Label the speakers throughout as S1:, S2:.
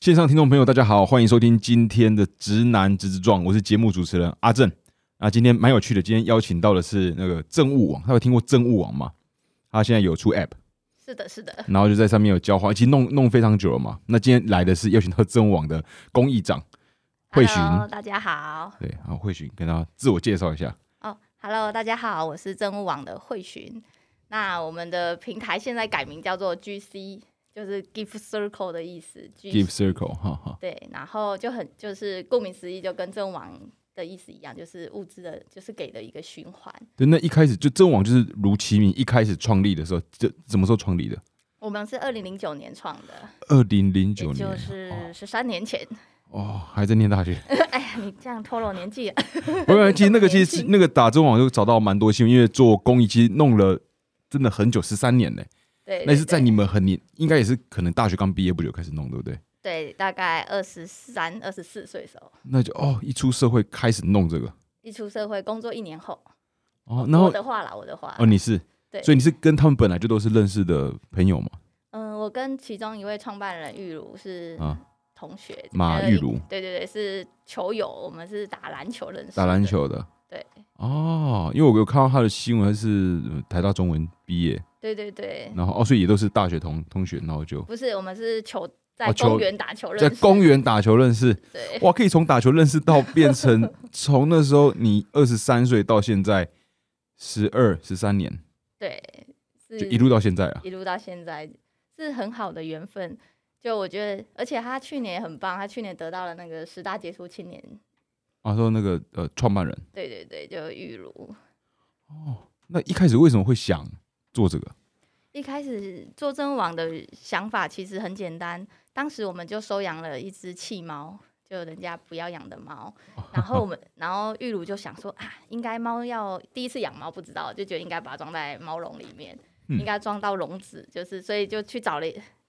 S1: 线上听众朋友，大家好，欢迎收听今天的《直男直直撞》，我是节目主持人阿正。啊，今天蛮有趣的，今天邀请到的是那个政务网，他有听过政务网吗？他现在有出 App，
S2: 是的，是的，
S1: 然后就在上面有交换，其实弄弄非常久了嘛。那今天来的是邀请到政务网的公益长慧寻，
S2: Hello，大家好。
S1: 对，然后慧寻跟他自我介绍一下。
S2: 哦、h e l l o 大家好，我是政务网的慧寻。那我们的平台现在改名叫做 GC，就是 Give Circle 的意思。
S1: Give
S2: Give
S1: Circle，哈哈，
S2: 对，然后就很就是顾名思义，就跟政务网的意思一样，就是物资的，就是给的一个循环。
S1: 对，那一开始就政网就是如其名，一开始创立的时候，这什么时候创立的？
S2: 我们是二零零九年创的，
S1: 二零零
S2: 也
S1: 九哦年
S2: 就，是十三年前。
S1: 哦，还在念大学。
S2: 哎呀，你这样透露年纪了，
S1: 我感觉其实那个其实是那个打中网就找到蛮多新闻，因为做公益其实弄了真的很久，十三年嘞。
S2: 对，
S1: 那也是
S2: 对
S1: 在你们很年，应该也是可能大学刚毕业不久开始弄，对不对？
S2: 对大概二十三、二十四岁的时候，
S1: 那就哦，一出社会开始弄这个
S2: 一出社会工作一年后，
S1: 哦，然后
S2: 我的话啦，我的话，
S1: 哦你是，
S2: 对
S1: 所以你是跟他们本来就都是认识的朋友嘛？
S2: 嗯，我跟其中一位创办人玉茹是
S1: 啊，
S2: 同学，
S1: 马
S2: 呃
S1: 玉茹
S2: 对对对，是球友，我们是打篮球认识，
S1: 打篮，球的
S2: 对
S1: 哦，因为我有看到他的新闻，他是呃台大中文毕业，
S2: 对对对，
S1: 然后哦，所以也都是大学同同学，然后就
S2: 不是，我们是球
S1: 哦
S2: 在
S1: 球
S2: 公园打球认
S1: 在
S2: 识，
S1: 公园打球认识。
S2: 对
S1: 哇，可以从打球认识到变 成从那时候你二十三岁到现在十二十三年，
S2: 对，是
S1: 就一路到现在啊。
S2: 一路到现在，是很好的缘分。就我觉得，而且他去年也很棒，他去年得到了那个十大杰出青年，
S1: 啊，说那个呃创办人，
S2: 对对对，就玉茹。
S1: 那一开始为什么会想做这个？
S2: 一开始做真网的想法其实很简单，当时我们就收养了一只弃猫，就人家不要养的猫。然后我们，然后玉茹就想说啊，应该猫要第一次养猫不知道，就觉得应该把它装在猫笼里面，
S1: 嗯
S2: 应该装到笼子，就是所以就去找了。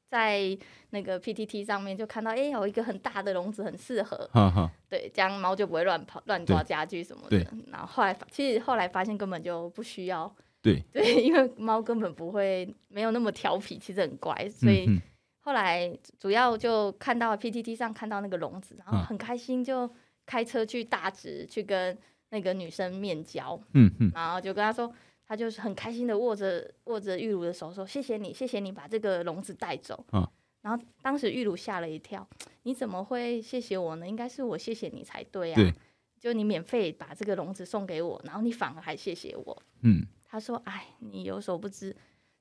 S2: 在那个 PTT 上面就看到，哎、有一个很大的笼子，很适合，
S1: 哈哈，
S2: 对，这样猫就不会乱跑、乱抓家具什么的
S1: 对。
S2: 然后后来发，其实后来发现根本就不需要，
S1: 对，
S2: 对，因为猫根本不会没有那么调皮，其实很乖，所以
S1: 嗯哼
S2: 后来主要就看到 PTT 上看到那个笼子，然后
S1: 啊
S2: 很开心，就开车去大直去跟那个女生面交，
S1: 嗯嗯，
S2: 然后就跟她说，她就是很开心的握着握着玉茹的手说：“谢谢你，谢谢你把这个笼子带走。
S1: 啊
S2: 然后当时玉茹吓了一跳，你怎么会谢谢我呢？应该是我谢谢你才对啊，
S1: 对
S2: 就你免费把这个笼子送给我，然后你反而还谢谢我。
S1: 嗯，
S2: 他说：“哎，你有所不知，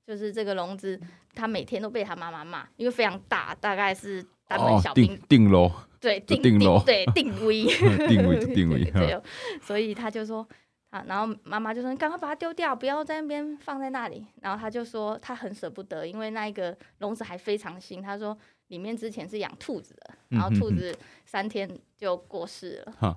S2: 就是这个笼子，他每天都被他妈妈骂，因为非常大，大概是单
S1: 哦
S2: 本小，兵、
S1: 定定楼
S2: 对
S1: 就
S2: 定
S1: 定楼
S2: 对定 位
S1: 定位定位
S2: 对，对，所以他就说。”啊，然后妈妈就说：“你赶快把它丢掉，不要在那边放在那里。”然后他就说他很舍不得，因为那一个笼子还非常新。他说里面之前是养兔子的，然后
S1: 嗯哼
S2: 兔
S1: 哼
S2: 子三天就过世了。
S1: 哈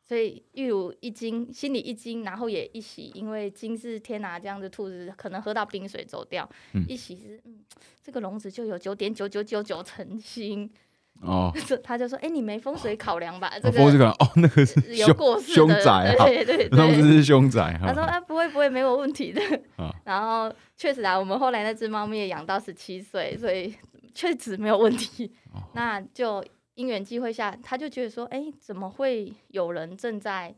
S2: 所以玉茹一惊，心里一惊，然后也一喜，因为惊是天啊哪、这样子兔子可能喝到冰水走掉，
S1: 嗯
S2: 一喜是嗯，这个笼子就有九点九九九九成新，
S1: 哦，
S2: 这他就说，哎、你没风水考量吧？这
S1: 哦风这
S2: 个
S1: 个哦，那个是
S2: 有
S1: 凶，
S2: 过世的
S1: 凶宅啊
S2: 对对
S1: 他们这
S2: 对。
S1: 是凶宅
S2: 他说
S1: 哈，
S2: 啊，不会不会，没有问题的
S1: 啊。
S2: 然后确实啊，我们后来那只猫咪也养到十七岁，所以确实没有问题。
S1: 哦
S2: 那就因缘际会下，他就觉得说，哎、怎么会有人正在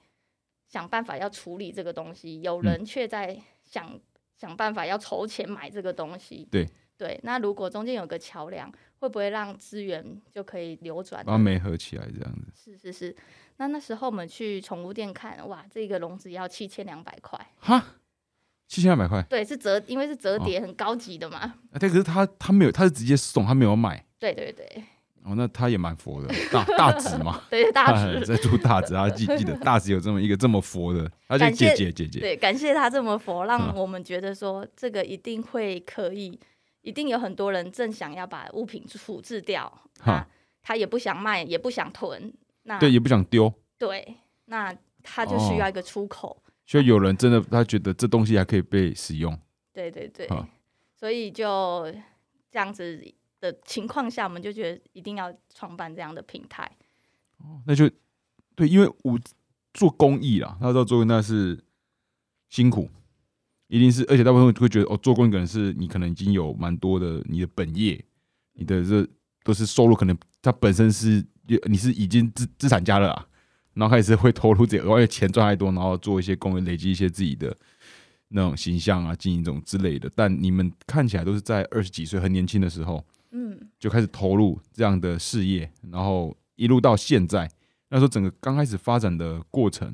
S2: 想办法要处理这个东西，有
S1: 嗯
S2: 人却在想、想办法要筹钱买这个东西？
S1: 对
S2: 对，那如果中间有个桥梁，会不会让资源就可以流转？
S1: 把它没合起来这样子，
S2: 是是是。那那时候我们去宠物店看，哇，这个笼子要七千两百块，
S1: 哈，七千二百块，
S2: 对，是折，因为是折
S1: 哦
S2: 叠，很高级的嘛。
S1: 啊但可是他他没有，他是直接送，他没有买。
S2: 对对对
S1: 哦，那他也蛮佛的，大大直嘛，
S2: 对，大
S1: 哎
S2: 直。
S1: 在住大直，他记记得大直有这么一个这么佛的，他就
S2: 感谢
S1: 姐姐姐姐，
S2: 对，感谢他这么佛，让
S1: 嗯
S2: 我们觉得说这个一定会可以，一定有很多人正想要把物品处置掉，
S1: 哈
S2: 那他也不想卖，也不想囤，那
S1: 对，也哦不想丢，
S2: 对那他就需要一个出口，
S1: 所以有人真的他觉得这东西还可以被使用，
S2: 对对对
S1: 嗯，
S2: 所以就这样子的情况下，我们就觉得一定要创办这样的平台，
S1: 那就对，因为我做公益啦，他知道做公益那是辛苦，一定是，而且大部分会觉得哦，做公益可能是你可能已经有蛮多的你的本业，你的这都是收入可能它本身是你是已经资资产家了啊，然后开始会投入这个，因为钱赚太多，然后做一些公园，累积一些自己的那种形象啊、经营这种之类的。但你们看起来都是在二十几岁很年轻的时候
S2: 嗯，
S1: 就开始投入这样的事业，然后一路到现在，那时候整个刚开始发展的过程，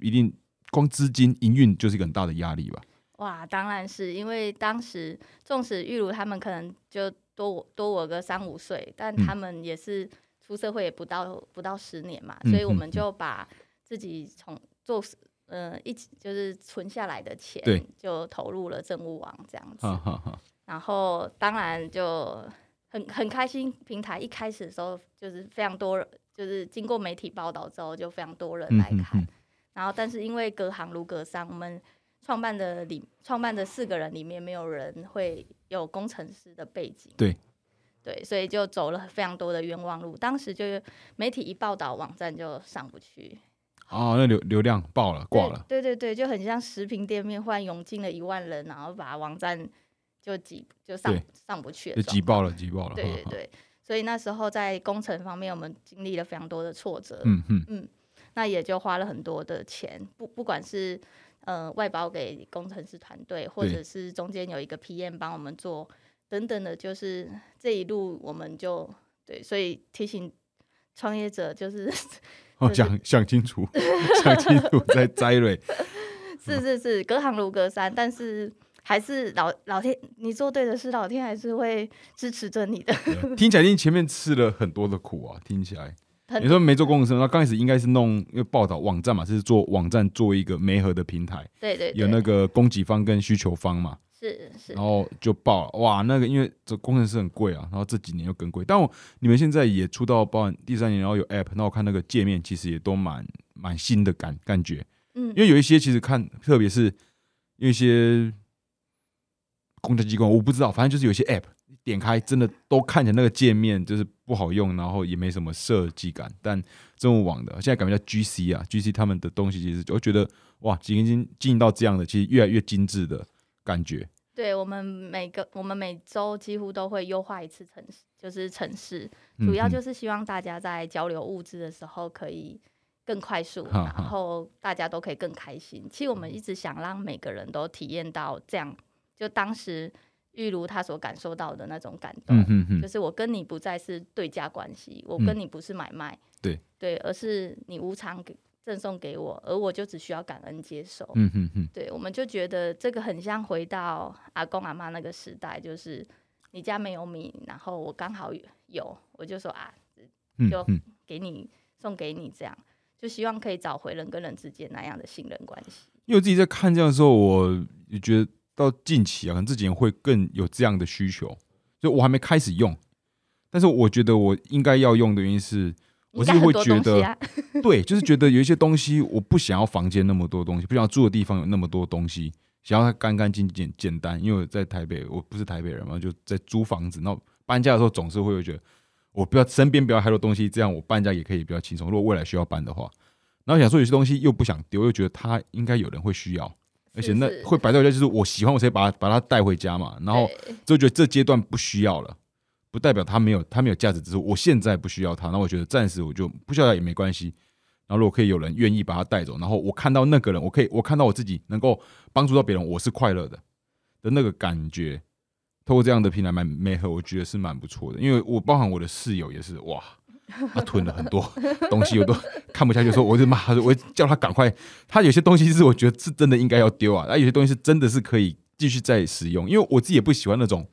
S1: 一定光资金营运就是一个很大的压力吧？
S2: 哇，当然是因为当时纵使玉如他们可能就多我多我个三五岁，但
S1: 嗯
S2: 他们也是出社会也不到不到十年嘛，
S1: 嗯
S2: 所以我
S1: 嗯
S2: 们
S1: 嗯
S2: 就把自己从做呃一起就是存下来的钱
S1: 对，
S2: 就投入了政务网这样子。
S1: 哈哈哈，
S2: 然后当然就很很开心，平台一开始的时候就是非常多人，就是经过媒体报道之后就非常多人来
S1: 嗯
S2: 看。
S1: 嗯
S2: 然后但是因为隔行如隔山，我们创办的里创办的四个人里面没有人会有工程师的背景，
S1: 对
S2: 对，所以就走了非常多的冤枉路。当时就媒体一报道，网站就上不去，
S1: 哦，那流流量爆了，挂
S2: 对
S1: 了，
S2: 对对对，就很像食品店面忽然涌进了一万人，然后把网站就挤就上
S1: 对
S2: 上不去
S1: 就
S2: 的状
S1: 挤爆了，挤爆了，
S2: 对对
S1: 哈哈，
S2: 对，所以那时候在工程方面，我们经历了非常多的挫折，
S1: 嗯哼。
S2: 那也就花了很多的钱，不不管是呃外包给工程师团队，或
S1: 对
S2: 者是中间有一个 PM 帮我们做等等的，就是这一路我们就对，所以提醒创业者就是
S1: 哦，
S2: 就是
S1: 想想清楚， 想清楚再摘 蕊。
S2: 是是是隔行如隔山，但是。还是老老天，你做对的事，老天还是会支持着你的。
S1: 对听起来，因为前面吃了很多的苦啊，听起来。
S2: 很
S1: 你说没做工程师，那刚开始应该是弄因为报道网站嘛，是做网站做一个媒合的平台，
S2: 对对对，
S1: 有那个供给方跟需求方嘛，
S2: 是是
S1: 然后就爆了。哇，那个因为这工程师很贵啊，然后这几年又更贵。但我你们现在也出到包含第三年，然后有 app，那我看那个界面其实也都蛮蛮新的感感觉。
S2: 嗯
S1: 因为有一些其实看，特别是有一些公家机关，我不知道，反正就是有一些 app 点开，真的都看起来那个界面就是不好用，然后也没什么设计感。但政务网的现在改名叫 GC 啊，GC 他们的东西其实我觉得哇，已经进到这样的，其实越来越精致的感觉。
S2: 对我们每个我们每周几乎都会优化一次城市，就是城市，
S1: 嗯
S2: 主要就
S1: 嗯
S2: 是希望大家在交流物资的时候可以更快速，
S1: 哈哈
S2: 然后大家都可以更开心。其实我们一直想让每个人都体验到这样，就当时玉如她所感受到的那种感动。
S1: 嗯哼
S2: 就
S1: 哼，
S2: 是我跟你不再是对价关系，我
S1: 嗯
S2: 跟你不是买卖，
S1: 对
S2: 对，而是你无偿给赠送给我，而我就只需要感恩接受。
S1: 嗯哼哼，
S2: 对，我们就觉得这个很像回到阿公阿妈那个时代，就是你家没有米，然后我刚好有，我就说啊，
S1: 嗯
S2: 就
S1: 嗯，
S2: 给你送给你，这样就希望可以找回人跟人之间那样的信任关系。
S1: 因为我自己在看这样的时候，我也觉得到近期啊，可能这几年会更有这样的需求，就我还没开始用，但是我觉得我应该要用的原因是，我
S2: 应
S1: 是
S2: 该很
S1: 会
S2: 多
S1: 觉
S2: 东西
S1: 得
S2: 啊
S1: 对，就是觉得有一些东西我不想要房间那么多东西，不想要住的地方有那么多东西，想要它干干净净、简单。因为我在台北，我不是台北人嘛，就在租房子，那搬家的时候总是会有觉得，我不要身边不要太多东西，这样我搬家也可以比较轻松。如果未来需要搬的话，然后想说有些东西又不想丢，又觉得它应该有人会需要，而且那
S2: 是
S1: 会摆在我家，就是我喜欢我才把它把它带回家嘛。然后
S2: 对
S1: 就觉得这阶段不需要了，不代表它没有它没有价值，只是我现在不需要它。那我觉得暂时我就不需要它也没关系。然后如果可以有人愿意把它带走，然后我看到那个人，我可以我看到我自己能够帮助到别人，我是快乐的的那个感觉。透过这样的平台买美和，我觉得是蛮不错的，因为我包含我的室友也是哇。他囤了很多东西，我都看不下去，说我就骂他，我叫他赶快它有些东西是我觉得是真的应该要丢啊，那有些东西是真的是可以继续再使用，因为我自己也不喜欢那种，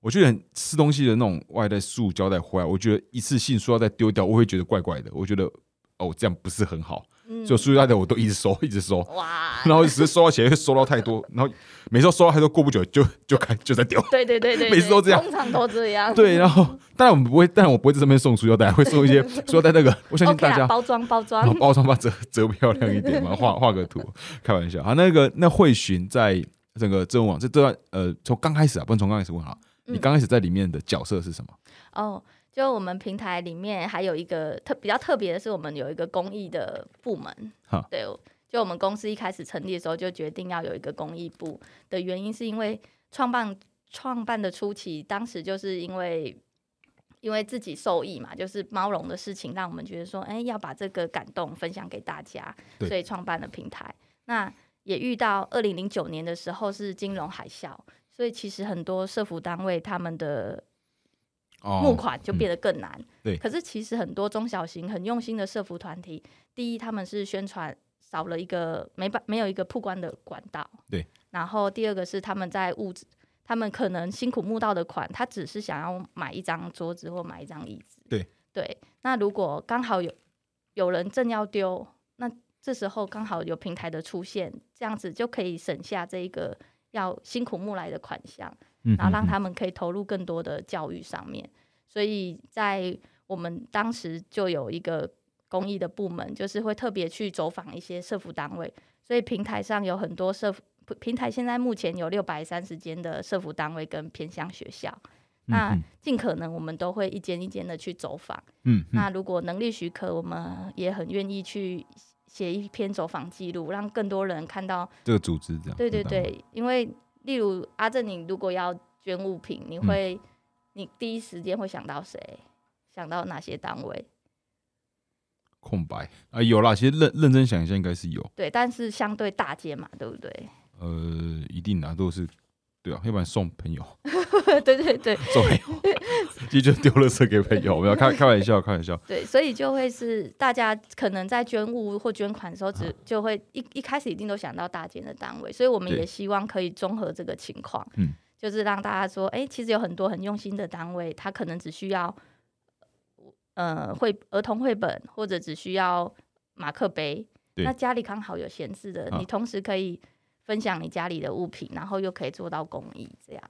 S1: 我觉得很吃东西的那种外带塑胶袋回来，我觉得一次性塑料袋丢掉，我会觉得怪怪的，我觉得哦这样不是很好，
S2: 嗯
S1: 所以塑料袋我都一直收一直收，
S2: 哇，
S1: 然后只是收到钱会收到太多，然后每次都收到太多，过不久就就开就在丢。
S2: 对对对对，
S1: 每次都
S2: 对
S1: 这样
S2: 通常都这样。
S1: 对，然后当然我们不会，但我不会在上面送塑料袋，会送一些塑料袋那个，我相信
S2: OK
S1: 大家
S2: 啊，包装包
S1: 然后
S2: 装，
S1: 包装把它折折漂亮一点嘛，画画个图，开玩笑啊。那个那慧寻在整个政务网这这段呃，从刚开始啊，不能从刚开始问哈，你
S2: 嗯
S1: 刚开始在里面的角色是什么？
S2: 哦，就我们平台里面还有一个特比较特别的是，我们有一个公益的部门
S1: 哈。
S2: 对，就我们公司一开始成立的时候就决定要有一个公益部的原因，是因为创办创办的初期，当时就是因为因为自己受益嘛，就是猫笼的事情，让我们觉得说，哎，要把这个感动分享给大家，
S1: 对
S2: 所以创办了平台。那也遇到二零零九年的时候是金融海啸，所以其实很多社服单位他们的
S1: 哦嗯
S2: 募款就变得更难。
S1: 对
S2: 可是其实很多中小型很用心的社服团体，第一他们是宣传少了一个没办没有一个曝光的管道，
S1: 对。
S2: 然后第二个是他们在物质，他们可能辛苦募到的款，他只是想要买一张桌子或买一张椅子，
S1: 对
S2: 对。那如果刚好有有人正要丢，那这时候刚好有平台的出现，这样子就可以省下这一个要辛苦募来的款项。
S1: 嗯
S2: 然后让
S1: 嗯嗯
S2: 他们可以投入更多的教育上面。所以在我们当时就有一个公益的部门，就是会特别去走访一些社服单位。所以平台上有很多社服平台，现在目前有六百三十间的社服单位跟偏乡学校。那
S1: 嗯
S2: 尽可能我们都会一间一间的去走访。
S1: 嗯嗯
S2: 那如果能力许可，我们也很愿意去写一篇走访记录，让更多人看到
S1: 这个组织这样，
S2: 对对
S1: 这个单位，
S2: 对，因为例如阿正，你如果要捐物品，你
S1: 嗯
S2: 会、你第一时间会想到谁？想到哪些单位？
S1: 空白啊有啦，其实认认真想一下应该是有，
S2: 对，但是相对大街嘛，对不对？
S1: 呃，一定的都是对啊，要不然送朋友，
S2: 对对对
S1: 送朋友， 其实就丢了色给朋友，没有开开玩笑，开玩笑，
S2: 对，所以就会是大家可能在捐物或捐款的时候
S1: 啊
S2: 只，就会一一开始一定都想到大街的单位，所以我们
S1: 对
S2: 也希望可以综合这个情况，
S1: 嗯
S2: 就是让大家说，哎、其实有很多很用心的单位，他可能只需要呃绘儿童绘本，或者只需要马克杯，
S1: 对
S2: 那家里刚好有闲置的，
S1: 啊
S2: 你同时可以分享你家里的物品，然后又可以做到公益，这样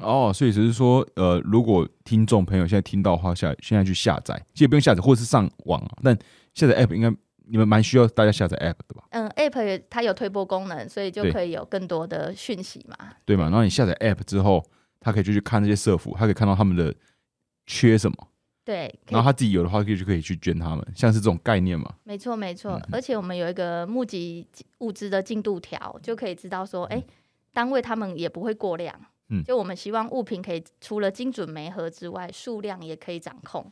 S1: 哦，所以只是说，呃，如果听众朋友现在听到的话，下现在去下载，其实不用下载，或是上网啊。但下载 app 应该你们蛮需要大家下载 app 的吧？
S2: 嗯，App 也它有推播功能，所以就
S1: 对
S2: 可以有更多的讯息嘛。
S1: 对嘛？然后你下载 app 之后，他可以就去看那些社服，他可以看到他们的缺什么，
S2: 对，可以
S1: 然后他自己有的话，可以就可以去捐他们，像是这种概念嘛。
S2: 没错，没错，
S1: 嗯
S2: 而且我们有一个募集物资的进度条，就可以知道说，哎、单位他们也不会过量。
S1: 嗯
S2: 就我们希望物品可以除了精准媒合之外，数量也可以掌控，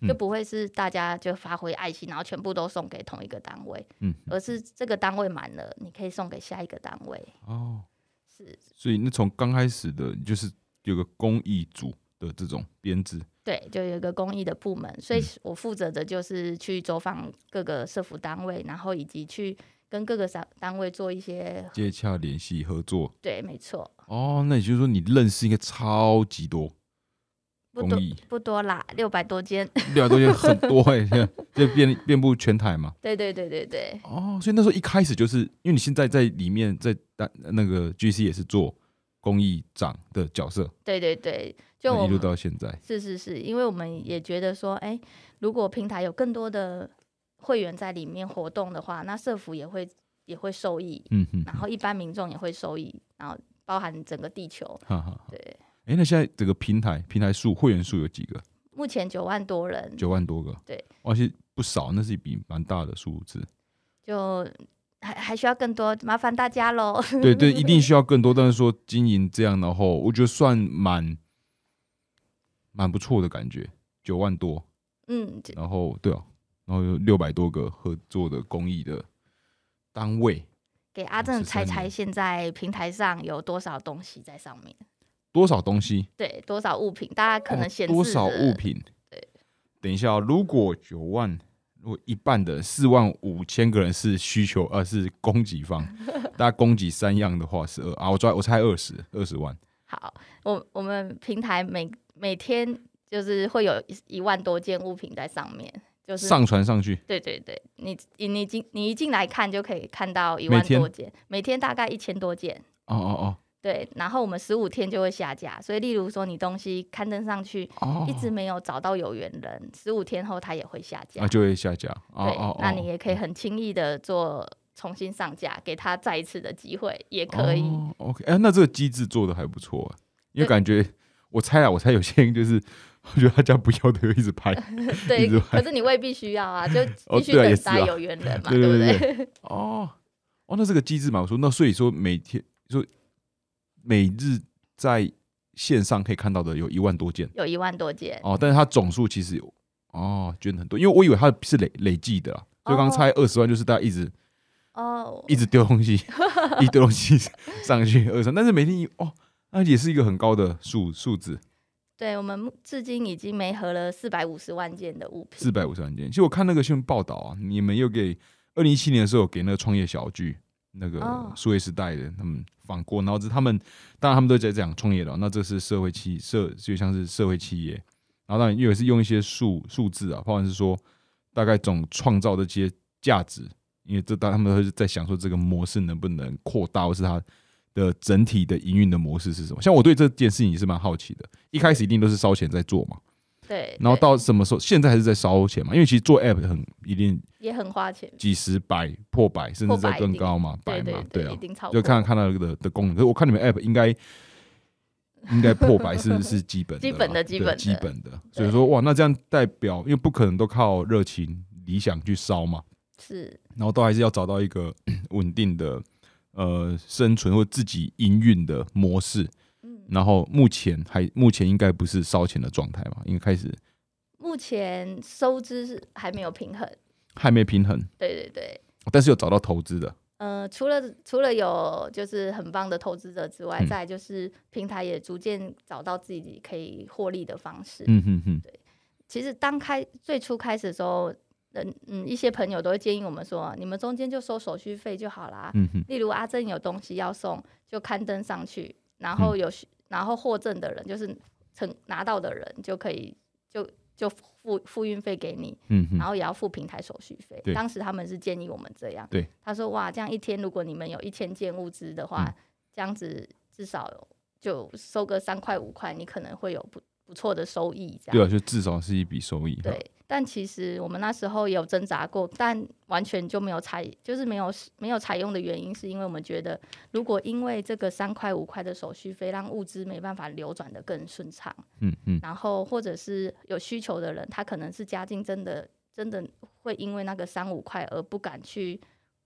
S1: 嗯
S2: 就不会是大家就发挥爱心，然后全部都送给同一个单位，
S1: 嗯，
S2: 而是这个单位满了，你可以送给下一个单位。
S1: 哦，
S2: 是，
S1: 所以那从刚开始的，就是有个公益组的这种编制，
S2: 对，就有一个公益的部门，所以
S1: 嗯
S2: 我负责的就是去走访各个社服单位，然后以及去跟各个单单位做一些
S1: 接洽、联系、合作。
S2: 对，没错。
S1: 哦，那也就是说你认识应该超级多
S2: 不
S1: 公
S2: 多
S1: 益。
S2: 不多啦，六百多间。
S1: 对啊，东西很多哎、现在就遍遍布全台嘛。
S2: 对对对对对
S1: 哦，所以那时候一开始就是因为你现在在里面在担那个 GC 也是做公益长的角色，
S2: 对对对，就
S1: 那
S2: 我
S1: 一路
S2: 们
S1: 到现在，
S2: 是是是，因为我们也觉得说，哎，如果平台有更多的会员在里面活动的话，那社服也会也会受益，
S1: 嗯哼，
S2: 然后一般民众也会受益，然后包含整个地球。
S1: 哈哈。
S2: 对，
S1: 哎、那现在整个平台平台数会员数有几个？
S2: 目前九万多人，
S1: 九万多个，
S2: 对，
S1: 而且不少，那是一笔蛮大的数 字。
S2: 就还还需要更多，麻烦大家喽。
S1: 对对，一定需要更多，但是说经营这样，然后我觉得算蛮蛮不错的感觉，九万多，
S2: 嗯，就
S1: 然后对啊，然后有六百多个合作的公益的单位，
S2: 给阿正猜
S1: 13
S2: 猜，
S1: 年
S2: 现在平台上有多少东西在上面？
S1: 多少东西？
S2: 对，多少物品？大家可能
S1: 哦
S2: 显示、
S1: 多少物？品？
S2: 对，
S1: 等一下、哦，如果九万，如果一半的四万五千个人是需求，呃，是供给 方，大家供给三样的话是二啊，我猜我猜二十二十万，
S2: 好，我我们平台每每天就是会有一一万多件物品在上面，就是
S1: 上传上去，
S2: 对对对，你你你进你一进来看就可以看到一
S1: 每
S2: 万
S1: 天
S2: 多件，每天大概一千多件。
S1: 哦哦
S2: 对，然后我们十五天就会下架，所以例如说你东西刊登上去，
S1: 哦哦，
S2: 一直没有找到有缘人，十五天后它也会下架。
S1: 啊就会下架，哦
S2: 对，
S1: 哦哦，
S2: 那你也可以很轻易的做重新上架，给他再一次的机会，也可以。
S1: 哦 OK，哎、那这个机制做的还不错、啊，因为
S2: 对
S1: 感觉我猜啊，我猜有些人就是，我觉得他家不要的，一直 拍。一
S2: 对
S1: 直，
S2: 可是你未必需要啊，就
S1: 哦
S2: 必须
S1: 对啊也
S2: 等
S1: 是
S2: 待
S1: 啊
S2: 有缘人嘛，
S1: 对
S2: 不
S1: 对哦，哦，那这个机制嘛，我说那所以说每天说每日在线上可以看到的有一万多件
S2: 有一万多件。
S1: 哦，但是它总数其实有哦捐很多，因为我以为它是累累计的啦，就刚
S2: 哦
S1: 猜二十万就是大家一直
S2: 哦，
S1: 一直丢东西，一丢东西上去二三，但是每天一哦，那也是一个很高的数数字，
S2: 对，我们目至今已经没合了四百五十万件的物品。
S1: 四百五十万件。其实我看那个新闻报道啊，你们又给二零一七年的时候有给那个创业小聚那个
S2: 哦
S1: 数位时代的他们访过，然后这他们当然他们都在讲创业了，那这是社会企社就像是社会企业，然后当然又是用一些数数字啊，或者是说大概总创造的这些价值，因为这当他们都是在想说这个模式能不能扩大，或是它。的整体的营运的模式是什么？像我对这件事情也是蛮好奇的。一开始一定都是烧钱在做嘛，
S2: 对，嗯
S1: 然后
S2: 对
S1: 到什么时候？现在还是在烧钱嘛？因为其实做 app 很一定
S2: 也很花钱。
S1: 几十百、破百，甚至
S2: 破
S1: 在
S2: 百
S1: 更
S2: 一定
S1: 高嘛，百
S2: 对
S1: 嘛，
S2: 对，
S1: 啊
S2: 一，定超
S1: 就
S2: 过。
S1: 看看它的的功能。可是我看你们 app 应该应该破百是 是基本的啦，
S2: 基本的
S1: 对
S2: 基本的
S1: 基本的。所以说哇，那这样代表，因为不可能都靠热情理想去烧嘛，
S2: 是
S1: 然后都还是要找到一个 稳定的呃生存或自己营运的模式。
S2: 嗯
S1: 然后目前还目前应该不是烧钱的状态嘛，应该开始
S2: 目前收支是还没有平衡。
S1: 还没平衡。
S2: 对对对，
S1: 但是有找到投资的，
S2: 呃，除了除了有就是很棒的投资者之外，
S1: 嗯
S2: 再来就是平台也逐渐找到自己可以获利的方式。
S1: 嗯哼哼，
S2: 其实当开最初开始的时候，嗯嗯，一些朋友都会建议我们说，你们中间就收手续费就好啦。
S1: 嗯哼，
S2: 例如阿正有东西要送，就刊登上去，然
S1: 嗯
S2: 后有、然后获赠的人就是成拿到的人就可以就就付付运费给你，
S1: 嗯哼，
S2: 然后也要付平台手续费
S1: 对。
S2: 当时他们是建议我们这样，
S1: 对，
S2: 他说哇，这样一天如果你们有一千件物资的话，
S1: 嗯
S2: 这样子至少就收个三块五块，你可能会有不不错的收益这样。
S1: 对啊，就至少是一笔收益。
S2: 对，但其实我们那时候也有挣扎过，但完全就没有采，就是没有没有采用的原因，是因为我们觉得，如果因为这个三块五块的手续费，让物资没办法流转的更顺畅，
S1: 嗯嗯，
S2: 然后或者是有需求的人，他可能是家境真的真的会因为那个三五块而不敢去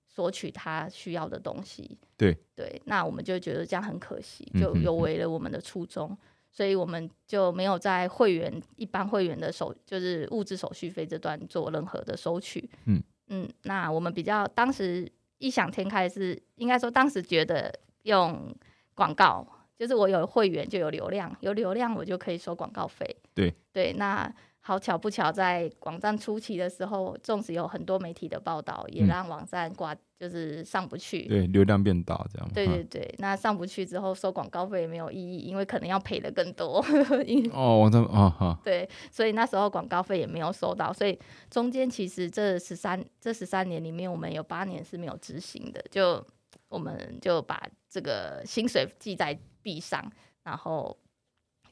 S2: 索取他需要的东西。
S1: 对
S2: 对，那我们就觉得这样很可惜，
S1: 嗯
S2: 就
S1: 哼
S2: 有
S1: 哼
S2: 违了我们的初衷。所以我们就没有在会员一般会员的手，就是物质手续费这段做任何的收取。
S1: 嗯
S2: 嗯，那我们比较当时异想天开是，应该说当时觉得用广告，就是我有会员就有流量，有流量我就可以收广告费。
S1: 对
S2: 对，那好巧不巧，在网站初期的时候，纵使有很多媒体的报道，也
S1: 嗯
S2: 让网站挂就是上不去。
S1: 对，流量变大这样嘛。
S2: 对对
S1: 嗯
S2: 对，那上不去之后收广告费也没有意义，因为可能要赔的更多，因
S1: 哦，网站啊哈，
S2: 对，所以那时候广告费也没有收到，所以中间其实这十三这十三年里面，我们有八年是没有执行的，就我们就把这个薪水记在币上，然后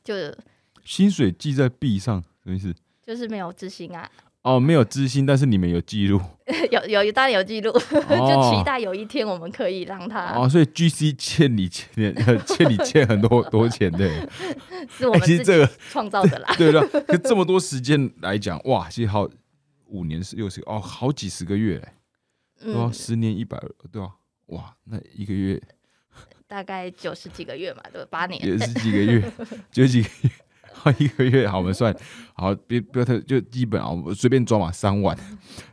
S2: 就
S1: 薪水记在币上，什么意思？
S2: 就是没有执行啊，
S1: 哦，没有知心，但是你们有记录
S2: 有有当然有记录， 就期
S1: 哦
S2: 待有一天我们可以让它、
S1: 哦，所以 GC 欠你欠 呃欠你欠很多多钱的，
S2: 是我
S1: 哎
S2: 们
S1: 其实
S2: 自
S1: 这
S2: 己
S1: 个
S2: 创造的啦。
S1: 对对对，可这么多时间来讲，哇，其实好五年是六十哦，好几十个月嘞，对吧？
S2: 嗯，
S1: 十年一百对吧？哇，那一个月
S2: 大概九十几个月嘛，对吧？八年。
S1: 也是几个 月，就几个月，好一个月，好，我们算好，别不要太就基本啊，我们随便抓嘛，三万，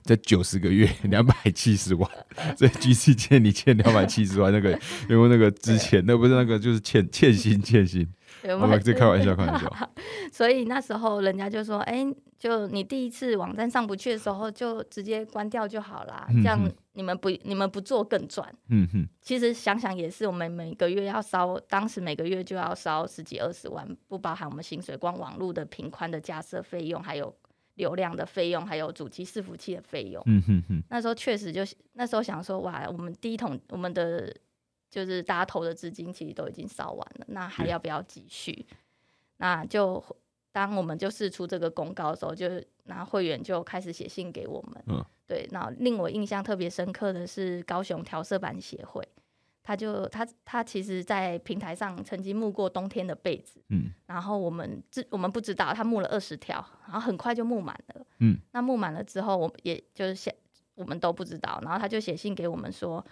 S1: 在九十个 月两百七十万，这 G C 欠你欠两百七十万，那 个因为那个之前那不是那个就是欠欠薪欠薪，
S2: 对，
S1: 我们哦这开玩笑开玩笑，
S2: 所以那时候人家就说：“哎、就你第一次网站上不去的时候，就直接关掉就好啦，
S1: 嗯
S2: 这样
S1: 嗯
S2: 你们不你们不做更赚。
S1: 嗯哼，”
S2: 其实想想也是，我们每个月要烧，当时每个月就要烧十几二十万，不包含我们薪水，光网络的频宽的架设费用，还有流量的费用，还有主机伺服器的费用。
S1: 嗯哼哼，
S2: 那时候确实就是那时候想说，哇，我们第一桶我们的就是大家投的资金其实都已经烧完了，那还
S1: 对
S2: 要不要继续？那就当我们就试出这个公告的时候，就拿会员就开始写信给我们。
S1: 嗯，
S2: 对。那令我印象特别深刻的是高雄调色板协会，他就他他其实在平台上曾经募过冬天的被子，
S1: 嗯
S2: 然后我们知我们不知道，他募了二十条，然后很快就募满了。
S1: 嗯，
S2: 那募满了之后，我们也就是写我们都不知道，然后他就写信给我们说，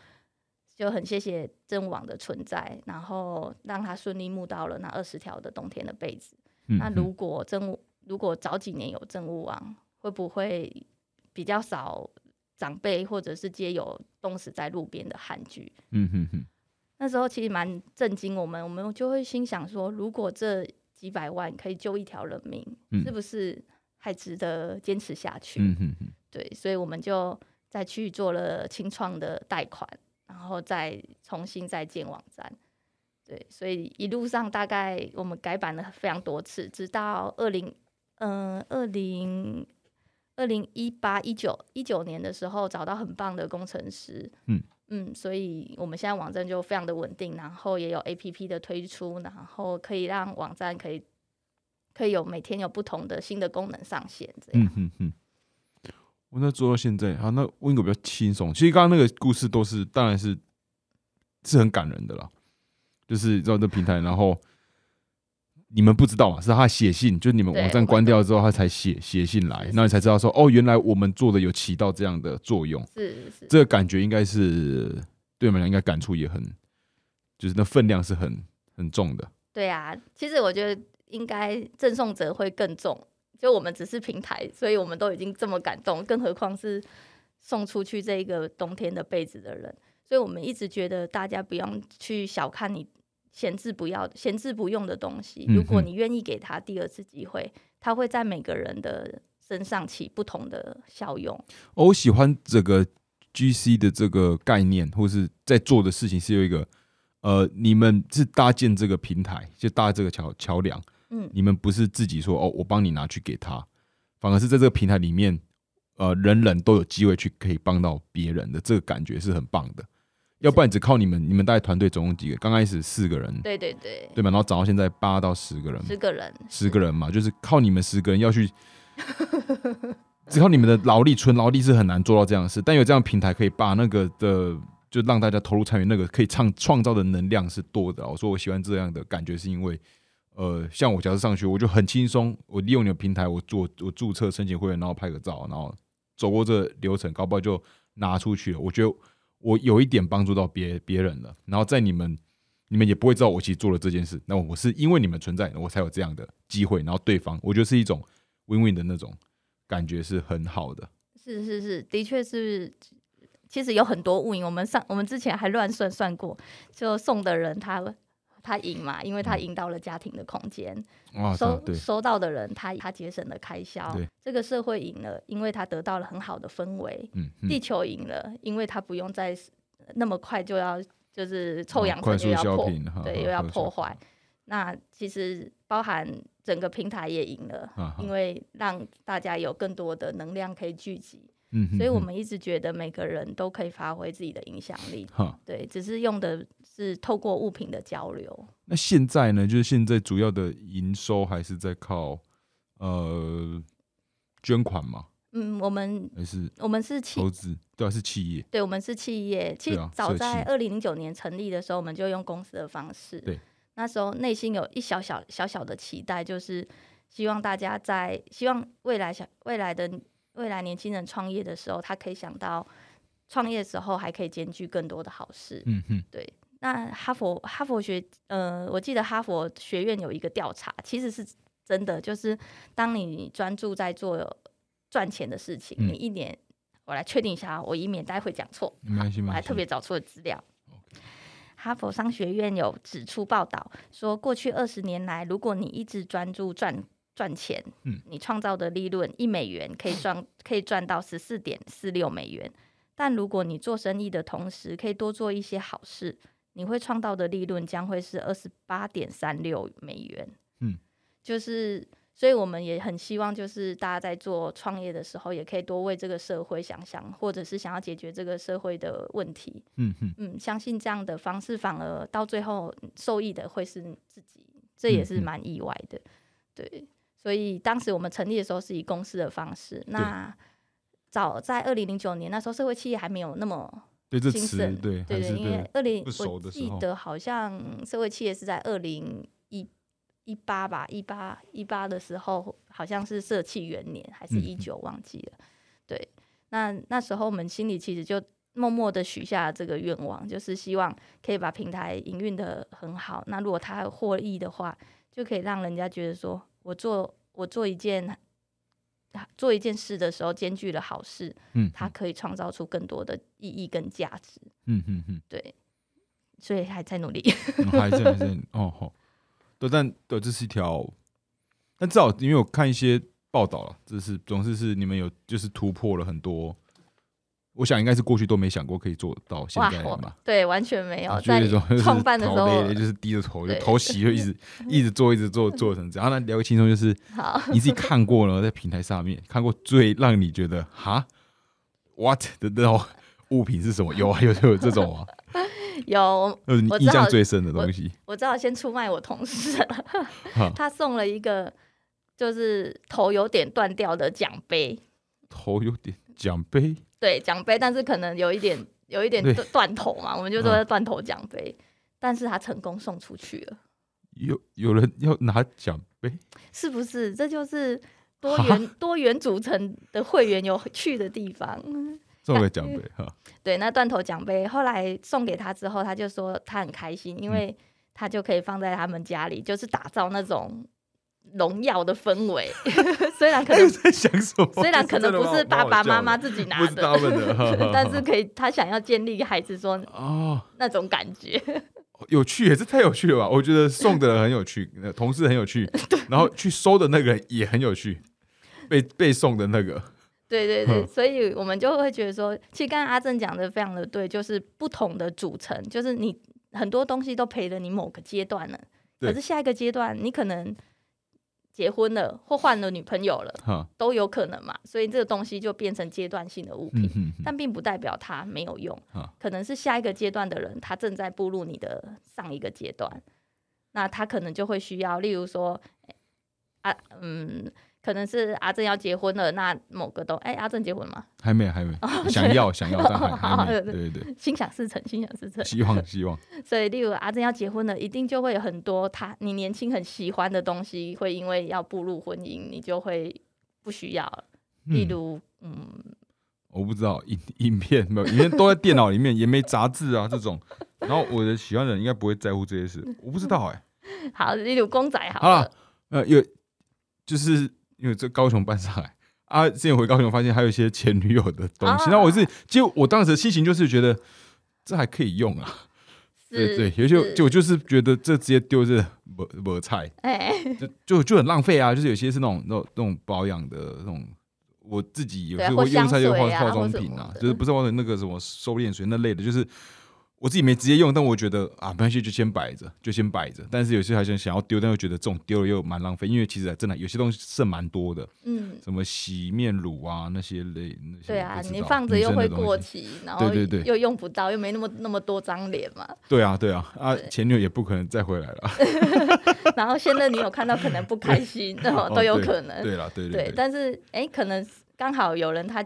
S2: 就很谢谢真网的存在，然后让他顺利募到了那二十条的冬天的被子。
S1: 嗯
S2: 那如果真物如果早几年有真物网，会不会比较少长辈或者是街友冻死在路边的韩剧？
S1: 嗯哼哼，
S2: 那时候其实蛮震惊我们，我们就会心想说，如果这几百万可以救一条人命，
S1: 嗯
S2: 是不是还值得坚持下去？
S1: 嗯哼哼，
S2: 对，所以我们就再去做了清创的贷款，然后再重新再建网站。对，所以一路上大概我们改版了非常多次，直到二零嗯二零二零一八一九一九年的时候找到很棒的工程师，
S1: 嗯
S2: 嗯，所以我们现在网站就非常的稳定，然后也有 A P P 的推出，然后可以让网站可以可以有每天有不同的新的功能上线，这样。
S1: 嗯哼哼。我那做到现在啊，那温狗比较轻松。其实刚刚那个故事都是，当然是是很感人的啦。就是知道这平台，然后你们不知道嘛，是他写信，就是你们
S2: 对
S1: 网站关掉之后，他才写写信来，那你才知道说，哦，原来我们做的有起到这样的作用。
S2: 是是，
S1: 这个感觉应该是对我们来讲应该感触也很，就是那分量是很很重的。
S2: 对啊，其实我觉得应该赠送者会更重，就我们只是平台，所以我们都已经这么感动，更何况是送出去这一个冬天的被子的人。所以我们一直觉得大家不用去小看你闲置不要、闲置不用的东西。
S1: 嗯
S2: 如果
S1: 嗯
S2: 你愿意给他第二次机会，他会在每个人的身上起不同的效用。
S1: 哦我喜欢这个 GC 的这个概念，或是在做的事情是有一个，呃，你们是搭建这个平台，就搭这个桥桥梁，
S2: 嗯，
S1: 你们不是自己说哦，我帮你拿去给他，反而是在这个平台里面，呃，人人都有机会去可以帮到别人的，这个感觉是很棒的。要不然只靠你们，你们大概团队总共几个？刚开始四个人，
S2: 对对对，
S1: 对吧？然后涨到现在八到十个人，
S2: 十个人
S1: 十个人嘛，就是靠你们十个人要去，只靠你们的劳力、纯劳力是很难做到这样的事。但有这样的平台可以把那个的，就让大家投入参与，那个可以创创造的能量是多的啊。我说我喜欢这样的感觉，是因为，呃，像我假设上学，我就很轻松，我利用你的平台，我做我注册申请会员，然后拍个照，然后走过这流程，搞不好就拿出去了。我觉得我有一点帮助到别别人了，然后在你们。你们也不会知道我其实做了这件事。那我是因为你们存在，我才有这样的机会。然后对方，我觉得是一种 win-win 的那种感觉，是很好的。
S2: 是是是，的确是。其实有很多误赢，我们上我们之前还乱算算过，就送的人他他赢嘛，因为他赢到了家庭的空间；
S1: 哇，嗯
S2: 收
S1: 哦对，
S2: 收到的人他他节省了开销
S1: 对，
S2: 这个社会赢了，因为他得到了很好的氛围；
S1: 嗯，
S2: 地
S1: 嗯
S2: 球赢了，因为他不用再那么快就要就是臭
S1: 啊
S2: 氧层
S1: 快
S2: 又
S1: 速
S2: 要
S1: 消啊
S2: 破，
S1: 品，哈
S2: 对，又要破坏。。那其实包含整个平台也赢了，
S1: 哈哈
S2: 因为让大家有更多的能量可以聚集。
S1: 嗯，
S2: 所以我
S1: 嗯
S2: 们一直觉得每个人都可以发挥自己的影响力，
S1: 嗯哈，
S2: 对，只是用的是透过物品的交流。
S1: 那现在呢？就是现在主要的营收还是在靠呃捐款嘛，
S2: 嗯，我们
S1: 还是
S2: 我们是企
S1: 投，资？对啊，是企业。
S2: 对，我们是企业。其实
S1: 对啊
S2: 早
S1: 社
S2: 在
S1: 企
S2: 二零零九年成立的时候，我们就用公司的方式。
S1: 对，
S2: 那时候内心有一小小小小的期待，就是希望大家在希望未来小未来的未来年轻人创业的时候，他可以想到创业的时候还可以兼具更多的好事。
S1: 嗯哼，
S2: 对，那哈佛哈佛学，呃，我记得哈佛学院有一个调查，其实是真的，就是当你专注在做赚钱的事情，
S1: 嗯
S2: 你一年，我来确定一下啊，我以免待会讲错，
S1: 没关系，没
S2: 我还
S1: 关系。
S2: 特别找出了资料。哈佛商学院有指出报道说，过去二十年来，如果你一直专注赚赚钱，
S1: 嗯
S2: 你创造的利润一美元可以 赚可以赚到十四点四六美元，但如果你做生意的同时可以多做一些好事，你会创造的利润将会是二十八点三六美元。
S1: 嗯，
S2: 就是。所以我们也很希望，就是大家在做创业的时候，也可以多为这个社会想想，或者是想要解决这个社会的问题。
S1: 嗯哼，
S2: 嗯，相信这样的方式反而到最后嗯受益的会是自己，这也是
S1: 嗯嗯
S2: 蛮意外的。对，所以当时我们成立的时候是以公司的方式。那早在二零零九年那时候，社会企业还没有那么
S1: 对这
S2: 精
S1: 词
S2: 神，
S1: 对还
S2: 对
S1: 是
S2: 对，因为
S1: 对，
S2: 二零
S1: 不熟
S2: 我
S1: 的时
S2: 记
S1: 候
S2: 得好像社会企业是在二零一一八吧，一八一八的时候，好像是社企元年还是
S1: 嗯
S2: 一九、忘记了。对，那那时候我们心里其实就默默的许下这个愿望，就是希望可以把平台营运的很好。那如果它获益的话，就可以让人家觉得说我做我做一件做一件事的时候，兼具了好事，
S1: 嗯，
S2: 它可以创造出更多的意义跟价值。
S1: 嗯嗯嗯，
S2: 对，所以还在努力。
S1: 嗯还是还是哦好，对，但对，这是一条，但至少因为我看一些报道了，这是总是是你们有就是突破了很多，我想应该是过去都没想过可以做到现
S2: 哇
S1: 在，的
S2: 我
S1: 吧。
S2: 对完全 没有
S1: 啊就
S2: 哦在
S1: 有一种就是
S2: 创办的时
S1: 头
S2: 候
S1: 累，就是低着头，就
S2: 对
S1: 头洗，就一 直一直做，一直做，做成这样。然后呢，啊聊个轻松，就是
S2: 好，
S1: 你自己看过了，在平台上面看过最让你觉得哈 what 的那种物品是什么？有啊，有有这 种啊，
S2: 有
S1: 就是你
S2: 我知
S1: 印
S2: 道
S1: 象最深的东西。
S2: 我只好先出卖我同事了，
S1: 哈，
S2: 他送了一个就是头有点断掉的奖杯，
S1: 头有点奖杯，
S2: 对奖杯，但是可能有一点有一点
S1: 对嗯
S2: 断断头嘛，我们就说它断头奖杯。但是他成功送出去了，
S1: 有有人要拿奖杯，
S2: 是不是？这就是多元多元组成的会员有趣的地方。
S1: 送个奖杯 哈，
S2: 对，那断头奖杯后来送给他之后，他就说他很开心，
S1: 嗯
S2: 因为他就可以放在他们家里，就是打造那种荣耀的氛围。 虽然可
S1: 哎，我
S2: 能
S1: 在想什么？
S2: 虽然可能不是爸爸妈妈自己拿
S1: 不是他
S2: 的，
S1: 们的，哈哈哈
S2: 但是可以他想要建立孩子说
S1: 哦，
S2: 那种感觉。
S1: 有趣耶，这太有趣了吧！我觉得送的人很有趣，呃同事很有 趣，然后去收的那个人也很有趣，被被送的那个，
S2: 对对对，
S1: 嗯
S2: 所以我们就会觉得说，其实刚刚阿正讲的非常的对，就是不同的组成，就是你很多东西都陪了你某个阶段了，
S1: 对
S2: 可是下一个阶段你可能结婚了或换了女朋友了，
S1: 哈，
S2: 都有可能嘛，所以这个东西就变成阶段性的物品，
S1: 嗯哼哼，
S2: 但并不代表它没有用
S1: 啊，
S2: 可能是下一个阶段的人他正在步入你的上一个阶段，那他可能就会需要，例如说，哎啊，嗯。可能是阿正要结婚了，那某个东哎、阿正结婚了吗？
S1: 还没还没，
S2: 哦
S1: 想要想要，但还还没，
S2: 对
S1: 对对对，
S2: 心想事成，心想事成。
S1: 希望希望，
S2: 所以，例如阿珍要结婚了，一定就会有很多他你年轻很喜欢的东西，会因为要步入婚姻，你就会不需要了。例
S1: 嗯，
S2: 如，嗯，
S1: 我不知道影影片没有，影片都在电脑里面，也没杂志啊这种，然后我的喜欢的人应该不会在乎这些事，我不知道哎、
S2: 好，例如公仔好
S1: 好
S2: 了
S1: 了，，呃，有就是因为这高雄搬上来啊，之前回高雄发现还有一些前女友的东西，
S2: 啊
S1: 那我是结果我当时的心情就是觉得这还可以用啊，对
S2: 是
S1: 对，有些
S2: 是
S1: 就我就是觉得这直接丢这没没菜，
S2: 哎、
S1: 就就就很浪费啊，就是有些是那种那种那种保养的那种。我自己有
S2: 对啊
S1: 时候会用上一些
S2: 或
S1: 化
S2: 香水
S1: 化
S2: 啊
S1: 妆品啊，就是不是化妆品那个什么收敛水那类的，就是我自己没直接用，但我觉得啊，没关系，就先摆着，就先摆着。但是有些还想想要丢，但又觉得这种丢了又蛮浪费，因为其实真的有些东西剩蛮多的，
S2: 嗯，
S1: 什么洗面乳啊那些类那些。
S2: 对啊
S1: 不，知道
S2: 你放着又会过。
S1: 女生的东西
S2: 期，然后
S1: 对对对
S2: 又用不到，又没那么那么多张脸嘛。
S1: 对啊，对啊，啊，前女友也不可能再回来了。
S2: 然后现任你有看到，可能不开心，然 后都有
S1: 哦对
S2: 可能。
S1: 对啦，对
S2: 对，
S1: 对。
S2: 但是哎、诶可能刚好有人他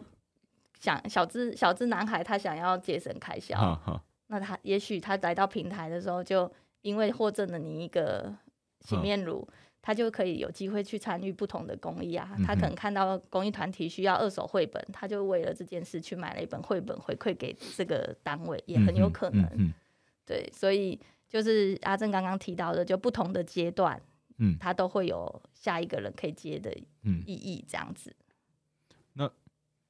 S2: 想小资小资男孩，他想要节省开销，
S1: 哈哈，
S2: 那他也许他来到平台的时候，就因为获赠了你一个洗
S1: 嗯
S2: 面乳，他就可以有机会去参与不同的公益啊。
S1: 嗯哼
S2: 他可能看到公益团体需要二手绘本，他就为了这件事去买了一本绘本回馈给这个单位，也很有可能。
S1: 嗯嗯
S2: 对，所以就是阿正刚刚提到的，就不同的阶段，
S1: 嗯
S2: 他都会有下一个人可以接的
S1: 嗯，
S2: 意义，这样子。
S1: 好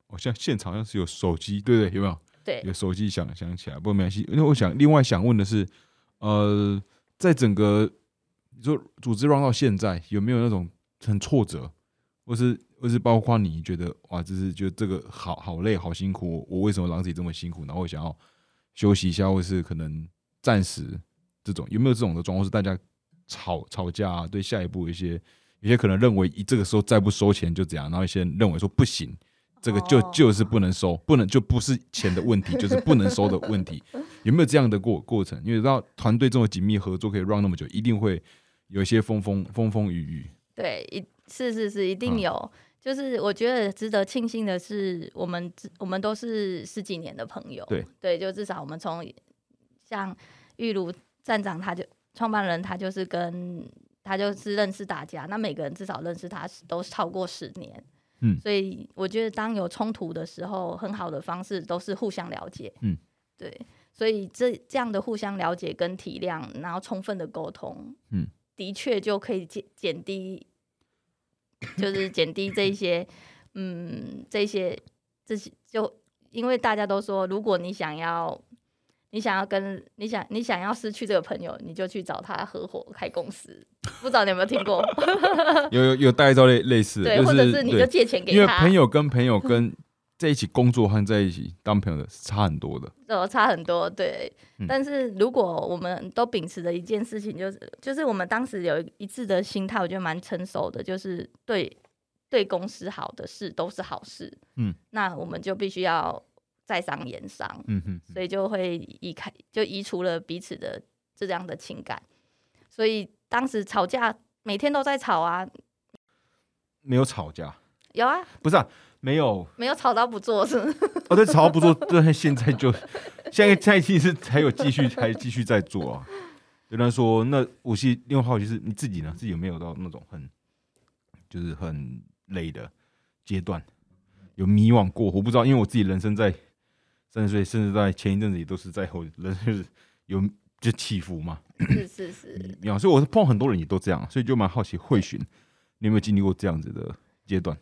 S1: 哦像现场好像是有手机，对对，有没有？
S2: 对
S1: 有手机响响起来，不过没关系。因为我想另外想问的是，呃，在整个你说组织 run 到现在，有没有那种很挫折，或是或是包括你觉得哇，就是觉得这个好好累、好辛苦，我为什么让自己这么辛苦？然后我想要休息一下，或是可能暂时这种有没有这种的状况？或是大家吵吵架、啊，对下一步有一些有些可能认为一这个时候再不收钱就这样，然后一些人认为说不行，这个就
S2: 哦
S1: 就是不能收，不能就不是钱的问 题，就是不能收的问题。有没有这样的过过程？因为知道团队这么紧密合作可以 run 那么久，一定会有一些风风风风雨 雨。
S2: 对，一是是是，一
S1: 嗯
S2: 定有。就是我觉得值得庆幸的是，我们之我们都是十几年的朋友，
S1: 对
S2: 就至少我们从像玉如站长，他就创办人，他就是跟他就是认识大家，那每个人至少认识他是都超过十年。
S1: 嗯
S2: 所以我觉得当有冲突的时候，很好的方式都是互相了解，
S1: 嗯，
S2: 对，所以这这样的互相了解跟体谅，然后充分的沟通，
S1: 嗯，
S2: 的确就可以减减低， 就是减低这一些，嗯，这些这些就因为大家都说，如果你想要。你想要跟你想你想要失去这个朋友，你就去找他合伙开公司。不知道你有没有听 过？
S1: 有有有大概到类类似的，
S2: 对，
S1: 就
S2: 或者是你就
S1: 对
S2: 借钱给
S1: 因为
S2: 他，
S1: 朋友跟朋友跟在一起工作和在一起当朋友的是差很多的。
S2: 呃，差很多，对。
S1: 嗯
S2: 但是如果我们都秉持的一件事情，就是就是我们当时有一致的心态，我觉得蛮成熟的，就是对对公司好的事都是好事。
S1: 嗯，
S2: 那我们就必须要在商言商，
S1: 嗯哼，
S2: 所以就会移开，就移除了彼此的这样的情感。所以当时吵架，每天都在吵啊，
S1: 没有吵架，
S2: 有啊，
S1: 不是啊，没有。
S2: 没有吵到不做是不是
S1: 哦，对，吵不做， 对，现在就现在在其实还有继续还继续在做啊。有人说，那我是另外好奇是你自己呢，自己有没有到那种很就是很累的阶段，有迷惘过？我不知道，因为我自己人生在三十岁，甚至在前一阵子也都是在我人生有就起伏嘛。
S2: 是是是，
S1: 一样，所以我是碰很多人也都这样，所以就蛮好奇慧寻，你有没有经历过这样子的阶段？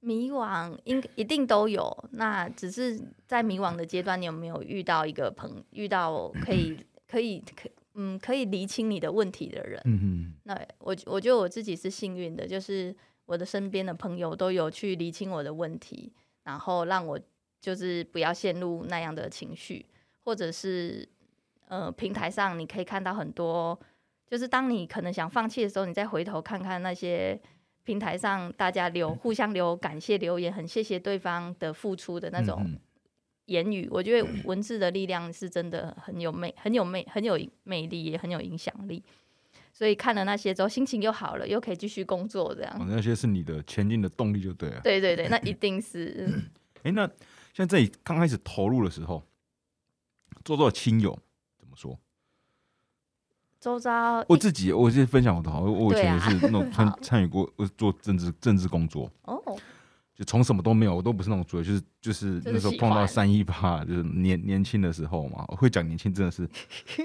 S2: 迷惘应一定都有，那只是在迷惘的阶段，你有没有遇到一个朋遇到可以 可以可嗯可以厘清你的问题的人？
S1: 嗯
S2: 那我我觉得我自己是幸运的，就是我的身边的朋友都有去厘清我的问题，然后让我就是不要陷入那样的情绪，或者是呃平台上你可以看到很多，就是当你可能想放弃的时候，你再回头看看那些平台上大家
S1: 嗯
S2: 留互相留感谢留言，很谢谢对方的付出的那种
S1: 嗯
S2: 言语，我觉得文字的力量是真的很有魅、很有魅、很有魅力，也很有影响力。所以看了那些之后，心情又好了，又可以继续工作，这样。
S1: 哦，那些是你的前进的动力就对了。
S2: 对对对，那一定是
S1: 哎、那像在你刚开始投入的时候，做做亲友怎么说？
S2: 周遭
S1: 我自己，我先分享我的好，我我以
S2: 对
S1: 前
S2: 啊
S1: 也是那种参
S2: 好
S1: 参与过，我做政治政治工作，
S2: 哦，
S1: 就从什么都没有，我都不是那种主流，就是就是
S2: 就是
S1: 那时候
S2: 喜
S1: 碰到
S2: 欢
S1: 三一八，就是年年轻的时候嘛，会讲年轻真的 是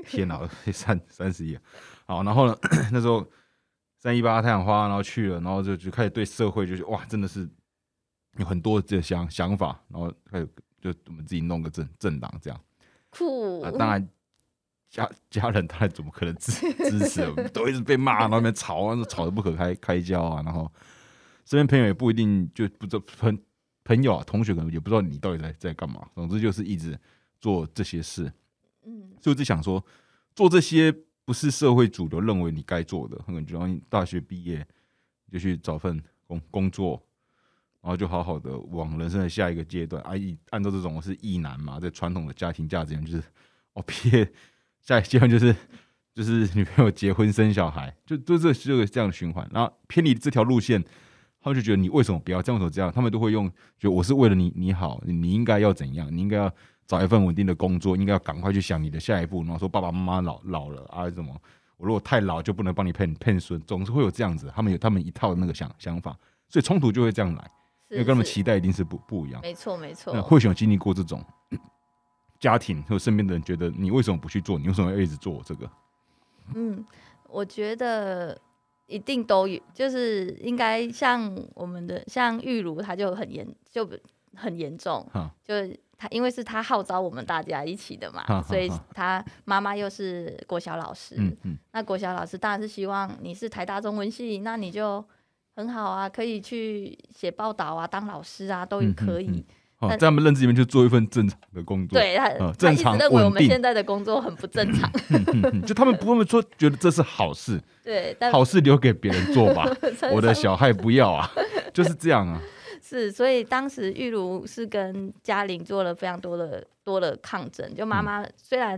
S1: 天哪，三三十一，啊好，然后呢， 那时候三一八太阳花，然后去了，然后就就开始对社会就是哇，真的是有很多的想想法，然后开始就我们自己弄个政政党这样，
S2: 酷
S1: 啊，，当然。家家人当然怎么可能支支持？我们都一直被骂，然后在那边吵啊，吵得不可开开交啊。然后身边朋友也不一定就不知道朋朋友啊，同学可能也不知道你到底在在干嘛。总之就是一直做这些事，
S2: 嗯，
S1: 所以我就想说，做这些不是社会主流认为你该做的，可能就让你大学毕业就去找份工工作，然后就好好的往人生的下一个阶段。啊，以按照这种我是异男嘛，在传统的家庭价值观就是，哦，毕业下一阶段就是就是女朋友结婚生小孩，就就这是个这样的循环。然后偏离这条路线。他们就觉得你为什么不要这样，为什么这样？他们都会用，就我是为了你你好，你应该要怎样，你应该要找一份稳定的工作，应该要赶快去想你的下一步。然后说爸爸妈妈老老了啊，怎么我如果太老就不能帮你骗骗孙，总是会有这样子，他们有他们一套的那个想想法，所以冲突就会这样来，因
S2: 是
S1: 为跟他们嗯
S2: 是
S1: 期待一定是不不一样。
S2: 没错没错
S1: 那，慧雄有经历过这种嗯家庭或者身边的人觉得你为什么不去做，你为什么要一直做这个？
S2: 嗯，我觉得一定都有，就是应该像我们的像玉如，他就很严，就很严重
S1: 哈，
S2: 就是他因为是他号召我们大家一起的嘛，
S1: 哈哈
S2: 所以
S1: 哈
S2: 他妈妈又是国小老师，
S1: 嗯嗯
S2: 那国小老师当然是希望你是台大中文系，那你就很好啊，可以去写报道啊，当老师啊，都
S1: 嗯嗯
S2: 可以。
S1: 嗯好，
S2: 那
S1: 在他们认知里面就做一份正常的工作，
S2: 对他，
S1: 呃
S2: 他
S1: 正
S2: 一直
S1: 常
S2: 认为我
S1: 稳
S2: 们
S1: 定
S2: 现在的工作很不正常，
S1: 嗯就他们不会说觉得这是好事，
S2: 对， 但
S1: 好事留给别人做 吧，
S2: 真
S1: 我的小孩不要啊，就是这样啊，
S2: 是，所以当时玉如是跟嘉玲做了非常多的多的抗争。就
S1: 嗯
S2: 妈妈、虽然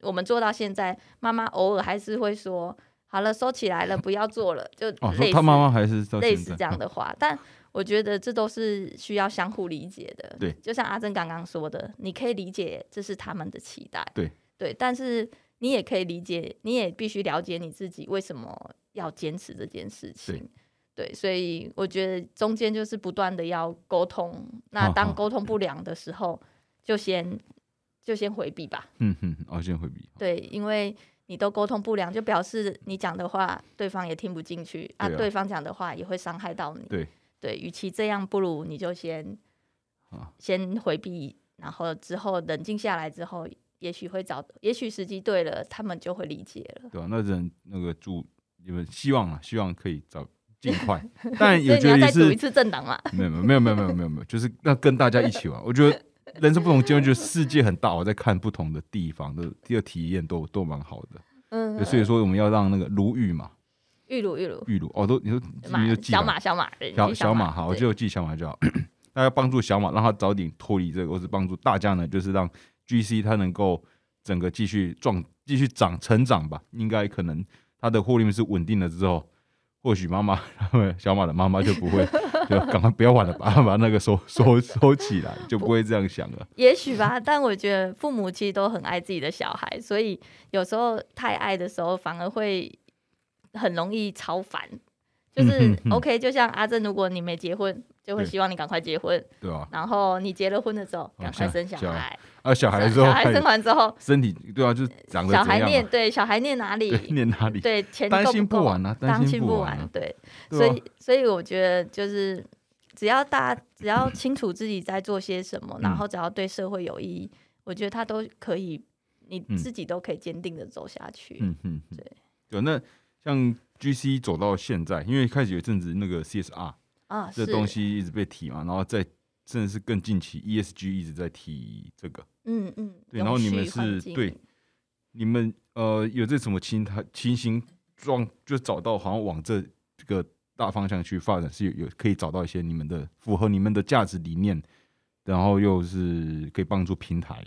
S2: 我们做到现在，妈妈偶尔还是会说：“好了，收起来了，不要做了。”就
S1: 哦，说
S2: 类似、
S1: 他妈妈还是到
S2: 类
S1: 现
S2: 似
S1: 在嗯
S2: 这样的话，但我觉得这都是需要相互理解的。
S1: 对
S2: 就像阿珍刚刚说的，你可以理解这是他们的期待，
S1: 对
S2: 对，但是你也可以理解，你也必须了解你自己为什么要坚持这件事
S1: 对
S2: 情。对，所以我觉得中间就是不断的要沟通。那
S1: 好嗯好
S2: 当沟通不良的时候，就先就先回避吧。
S1: 嗯哼，哦，现在回避，
S2: 对，因为你都沟通不良，就表示你讲的话对方也听不进去啊，
S1: 对啊
S2: 对方讲的话也会伤害到你。
S1: 对
S2: 对，与其这样，不如你就先、
S1: 啊
S2: 先回避，然后之后冷静下来之后，也许会找，也许时机对了，他们就会理解了。
S1: 对吧、那人那个祝你们希望啊，希望可以早尽 快，但有
S2: 所以你
S1: 觉
S2: 要
S1: 得也
S2: 再赌一
S1: 是
S2: 次政党嘛？
S1: 没有没有没有没有没有没有 没有，就是那跟大家一起玩。我觉得人生不同经历，就是世界很大，我在看不同的地方的这个体验都都蛮好的。
S2: 嗯，
S1: 所以说我们要让那个如玉嘛，
S2: 玉鲁玉鲁
S1: 玉如哦，都你都
S2: 马
S1: 你就记吧
S2: 小马小马人
S1: 小
S2: 机
S1: 小马
S2: 马
S1: 哈，我
S2: 对
S1: 就有记小马就好。 大家帮助小马，让他早点脱离这个，或是帮助大家呢，就是让 GC 它能够整个继续壮、继续长、成长吧。应该可能它的获利是稳定了之后，或许妈 妈他们小马的妈妈就不会，就赶快不要玩了，把把那个收收收起来，就不会这样想了。
S2: 也许吧，但我觉得父母其实都很爱自己的小孩，所以有时候太爱的时候，反而会很容易超烦。就
S1: 嗯
S2: 是
S1: 哼哼
S2: OK，就像阿正，如果你没结婚，就会
S1: 对哦
S2: 希望你赶快结婚；
S1: 对吧、
S2: 然后你结了婚的时候，赶快
S1: 小
S2: 生小
S1: 小
S2: 孩。
S1: 啊？小孩之
S2: 小
S1: 后
S2: 孩生
S1: 看
S2: 完之后，
S1: 身体对啊，就是长得
S2: 小
S1: 怎
S2: 孩
S1: 样
S2: 念
S1: 嘛，
S2: 对小孩念 哪
S1: 对
S2: 里？
S1: 念哪里，
S2: 对钱
S1: 担
S2: 够
S1: 心
S2: 够
S1: 不？完啊，担
S2: 担
S1: 心
S2: 心
S1: 不完
S2: 完
S1: 啊，，
S2: 对。所
S1: 对啊
S2: 以，所以我觉得就是，只要大家只要清楚自己在做些什么，
S1: 嗯
S2: 然后只要对社会有意义，我觉得他都可以，你
S1: 嗯
S2: 自己都可以坚定的走下去。
S1: 嗯哼，嗯
S2: 对
S1: 对。那像 GC 走到现在，因为开始有一阵子那个 CSR
S2: 啊，
S1: 这
S2: 是，
S1: 东西一直被提嘛，然后再甚至是更近期 ESG 一直在提这个，
S2: 嗯嗯，
S1: 对然后
S2: 永
S1: 你们
S2: 续环
S1: 是
S2: 境
S1: 对你们呃有这什么情他情形状，就找到好像往这这个大方向去发展，是有有可以找到一些你们的符合你们的价值理念，然后又是可以帮助平台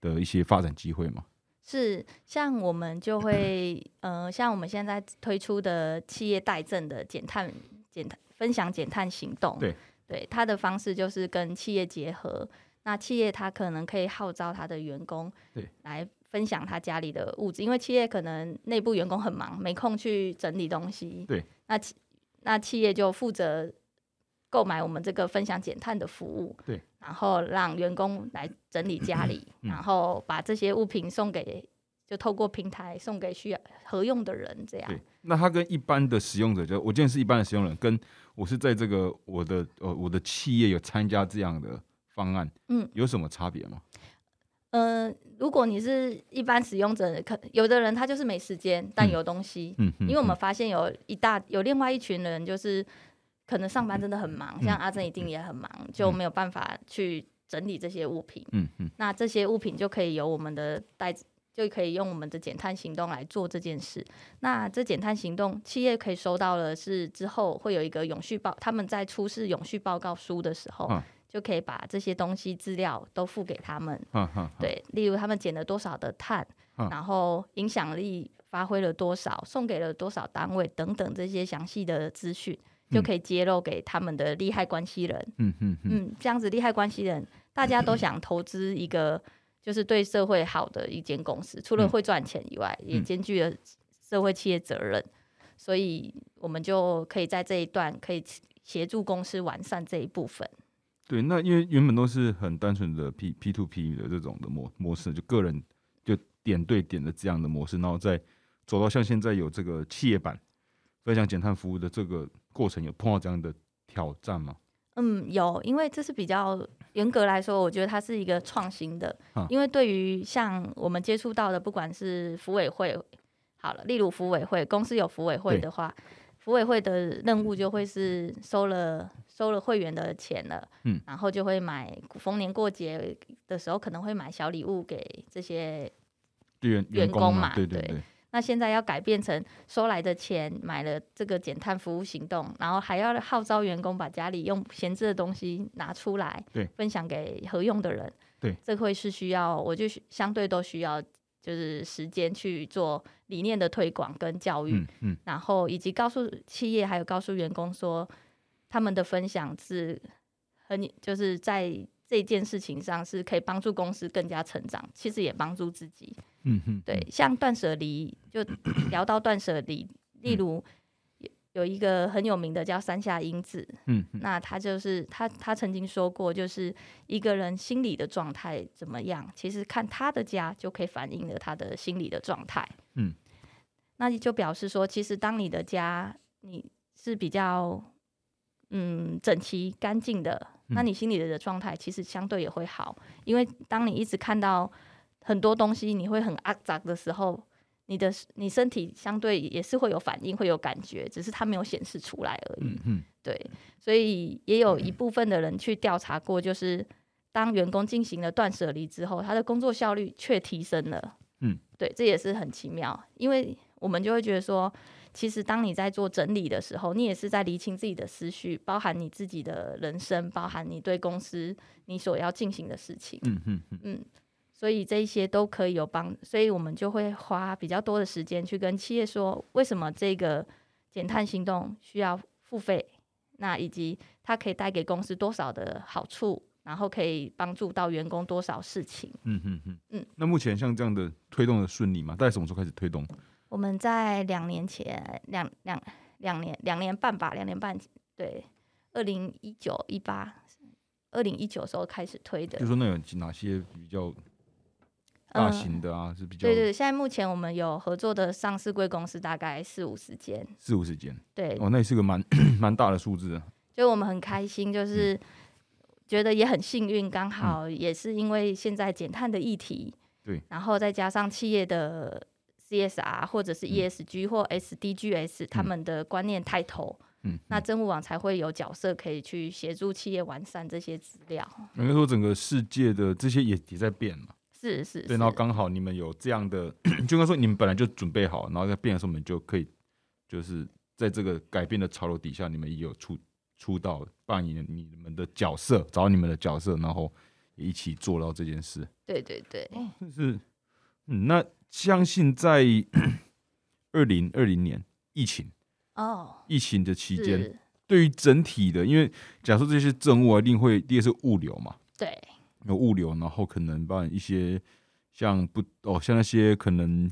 S1: 的一些发展机会嘛？
S2: 是像我们就会，呃，像我们现在推出的企业代证的减碳减碳分享减碳行动，
S1: 对
S2: 对，它的方式就是跟企业结合。那企业它可能可以号召它的员工，
S1: 对，
S2: 来分享他家里的物资，因为企业可能内部员工很忙，没空去整理东西，
S1: 对，
S2: 那企那企业就负责购买我们这个分享减碳的服务，
S1: 对，
S2: 然后让员工来整理家里，
S1: 嗯
S2: 然后把这些物品送给，就透过平台送给需要合用的人，这样
S1: 对，那它跟一般的使用者，就我今天是一般的使用人，跟我是在这个我的呃我的企业有参加这样的方案，
S2: 嗯，
S1: 有什么差别吗？
S2: 嗯、如果你是一般使用者，可有的人他就是没时间，但
S1: 嗯
S2: 有东西，
S1: 嗯，嗯
S2: 因为我
S1: 嗯
S2: 们发现有一大有另外一群人，就是可能上班真的很忙，
S1: 嗯
S2: 像阿珍一定也很忙，就没有办法去整理这些物品。
S1: 嗯嗯
S2: 那这些物品就可以由我们的袋子，就可以用我们的减碳行动来做这件事。那这减碳行动，企业可以收到了是之后会有一个永续报，他们在出示永续报告书的时候，
S1: 嗯
S2: 就可以把这些东西资料都付给他们。
S1: 哈哈，哈，
S2: 对，例如他们减了多少的碳，
S1: 嗯
S2: 然后影响力发挥了多少，送给了多少单位等等这些详细的资讯，就
S1: 嗯
S2: 可以揭露给他们的利害关系人。
S1: 嗯嗯嗯，
S2: 嗯，这样子利害关系人，大家都想投资一个就是对社会好的一间公司，除了
S1: 嗯
S2: 会赚钱以外，也
S1: 嗯
S2: 兼具了社会企业责任，所以我们就可以在这一段可以协助公司完善这一部分。
S1: 对，那因为原本都是很单纯的 P P to P 的这种的模模式，就个人就点对点的这样的模式，然后再走到像现在有这个企业版分享减碳服务的这个过程，有碰到这样的挑战吗？
S2: 嗯，有，因为这是比较严格来说，我觉得它是一个创新的
S1: 嗯，
S2: 因为对于像我们接触到的，不管是服委会，好了，例如服委会，公司有服委会
S1: 对
S2: 的话，服委会的任务就会是收了收了会员的钱了，
S1: 嗯，
S2: 然后就会买逢年过节的时候可能会买小礼物给这些。
S1: 对员
S2: 员工
S1: 工
S2: 嘛
S1: 对对
S2: 对那现在要改变成收来的钱买了这个减碳服务行动，然后还要号召员工把家里用闲置的东西拿出来，
S1: 对，
S2: 分享给合用的人，
S1: 对，
S2: 这会是需要，我就需相对都需要就是时间去做理念的推广跟教育，
S1: 嗯嗯
S2: 然后以及告诉企业还有告诉员工说，他们的分享是很就是在这件事情上是可以帮助公司更加成长，其实也帮助自己。
S1: 嗯嗯，
S2: 对，像断舍离，就聊到断舍离，例如有有一个很有名的叫山下英子，
S1: 嗯，嗯
S2: 那他就是他，他曾经说过，就是一个人心理的状态怎么样，其实看他的家就可以反映了他的心理的状态。
S1: 嗯，
S2: 那就表示说，其实当你的家你是比较嗯整齐干净的，那
S1: 嗯
S2: 你心里的状态其实相对也会好，因为当你一直看到很多东西，你会很肮脏的时候。你的你身体相对也是会有反应，会有感觉，只是它没有显示出来而已。
S1: 嗯嗯
S2: 对，所以也有一部分的人去调查过，就是当员工进行了断舍离之后，他的工作效率却提升了。
S1: 嗯，
S2: 对，这也是很奇妙，因为我们就会觉得说，其实当你在做整理的时候，你也是在厘清自己的思绪，包含你自己的人生，包含你对公司你所要进行的事情。
S1: 嗯嗯嗯，
S2: 嗯，所以这一些都可以有帮，所以我们就会花比较多的时间去跟企业说，为什么这个减碳行动需要付费，那以及它可以带给公司多少的好处，然后可以帮助到员工多少事情。
S1: 嗯嗯嗯嗯
S2: 嗯。
S1: 那目前像这样的推动的顺利吗？大概什么时候开始推动？
S2: 我们在两年前，两两两年两年半吧，两年半，对，二零一九一八。二零一九时候开始推的，
S1: 就说那有哪些比较大
S2: 嗯。
S1: 型的啊，是比较
S2: 对对，现在目前我们有合作的上市贵公司大概四五十间，
S1: 四五十间
S2: 对，
S1: 哦，那也是个蛮蛮大的数字啊。
S2: 就我们很开心，
S1: 嗯
S2: 就是觉得也很幸运，刚好也是因为现在减碳的议题，
S1: 对，
S2: 然后再加上企业的 CSR 或者
S1: 嗯
S2: 是 ESG 或 SDGs 他们的观念抬头，
S1: 嗯，
S2: 那政务网才会有角色可以去协助企业完善这些资料。
S1: 应该说整个世界的这些也也在变嘛。
S2: 是是是，
S1: 对，然后刚好你们有这样的，就应该说你们本来就准备好，然后在变的时候，你们就可以就是在这个改变的潮流底下，你们也有出出道，扮演你们的角色，找到你们的角色，然后也一起做到这件事。
S2: 对对对，
S1: 就是，嗯，那相信在 二零二零年疫情
S2: 哦，
S1: 疫情的期间，
S2: 是，
S1: 对于整体的，因为假设这些政务啊一定会，第一个是物流嘛，
S2: 对，
S1: 有物流，然后可能办一些像不哦，像那些可能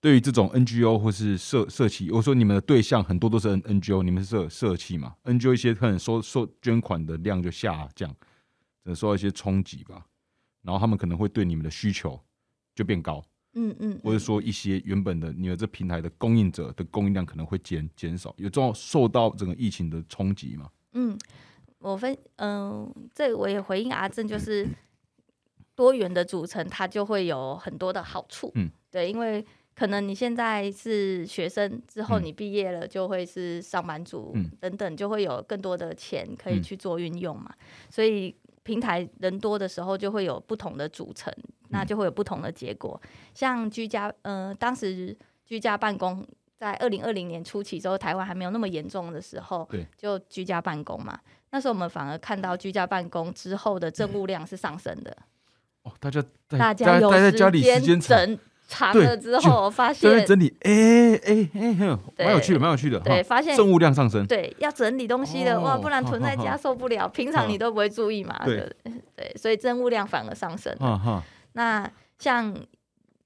S1: 对于这种 NGO 或是社社企，我说你们的对象很多都是 N NGO，你们是社社企嘛？NGO 一些可能收收捐款的量就下降，只能受到一些冲击吧。然后他们可能会对你们的需求就变高，
S2: 嗯嗯，
S1: 或者说一些原本的你们这平台的供应者的供应量可能会减减少，有这种受到整个疫情的冲击嘛？
S2: 嗯，我分嗯、这我也回应阿正，就是多元的组成，它就会有很多的好处。
S1: 嗯，
S2: 对，因为可能你现在是学生，之后
S1: 嗯
S2: 你毕业了就会是上班族、
S1: 嗯
S2: 等等，就会有更多的钱可以
S1: 嗯
S2: 去做运用嘛。所以平台人多的时候，就会有不同的组成，
S1: 嗯
S2: 那就会有不同的结果。像居家，呃，当时居家办公。在二零二零年初期之后，台湾还没有那么严重的时候
S1: 对，
S2: 就居家办公嘛。那时候我们反而看到居家办公之后的政务量是上升的，
S1: 哦，大家在
S2: 大家有
S1: 待在家里时间长
S2: 整长
S1: 对
S2: 了之
S1: 就
S2: 后，发
S1: 在那
S2: 现
S1: 整理，哎哎哎，嘿蛮有趣的，蛮有趣的。哈，
S2: 对，发现
S1: 政务量上升，
S2: 对要整理东西的
S1: 哦
S2: 哇，不然囤在
S1: 好好
S2: 家受不了。平常你都不会注意嘛，
S1: 对
S2: 对对，所以政务量反而上升。
S1: 哈哈，
S2: 那像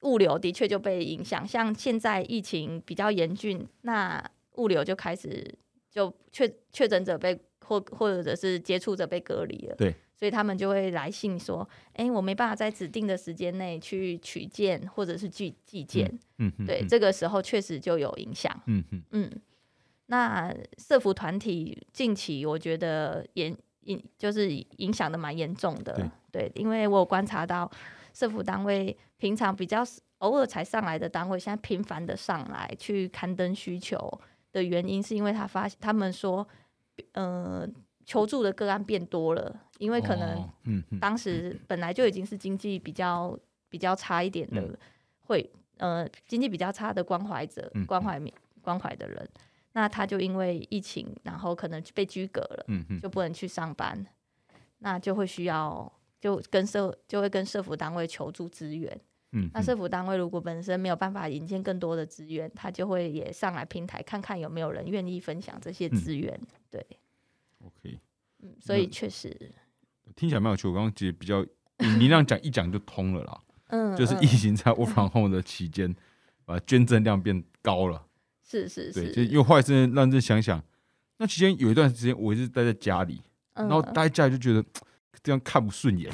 S2: 物流的确就被影响，像现在疫情比较严峻，那物流就开始就确确诊者被或或者是接触者被隔离了。
S1: 对。
S2: 所以他们就会来信说：“哎、我没办法在指定的时间内去取件或者是寄寄件。
S1: 嗯嗯，
S2: 对，
S1: 嗯，
S2: 这个时候确实就有影响。
S1: 嗯嗯
S2: 嗯，那社服团体近期我觉得严影就是影响的蛮严重的，对，因为我有观察到社服单位平常比较 s- 偶尔才上来的单位，现在频繁的上来去刊登需求的原因，是因为他发他们说，呃，求助的个案变多了，因为可能
S1: 哦嗯嗯，
S2: 当时本来就已经是经济比较比较差一点的
S1: 嗯
S2: 会、呃经济比较差的关怀者
S1: 嗯、
S2: 关怀民关怀的人，那他就因为疫情，然后可能被拘隔了，
S1: 嗯嗯
S2: 就不能去上班，那就会需要就跟社就会跟社服单位求助资源。
S1: 嗯，
S2: 那社服单位如果本身没有办法引荐更多的资源，他就会也上来平台看看有没有人愿意分享这些资源。对，
S1: 嗯 OK，
S2: 嗯，所以确实，
S1: 听起来蛮有趣。我刚刚其实比较，你你那样讲一讲就通了啦。
S2: 嗯，
S1: 就是
S2: 嗯
S1: 疫情在 work from home 的期间，把捐赠量变高了，
S3: 是是，
S1: 对，就是因为后来真的认真想想，那期间有一段时间我一直待在家里，
S3: 嗯
S1: 然后待在家里就觉得这样看不顺眼，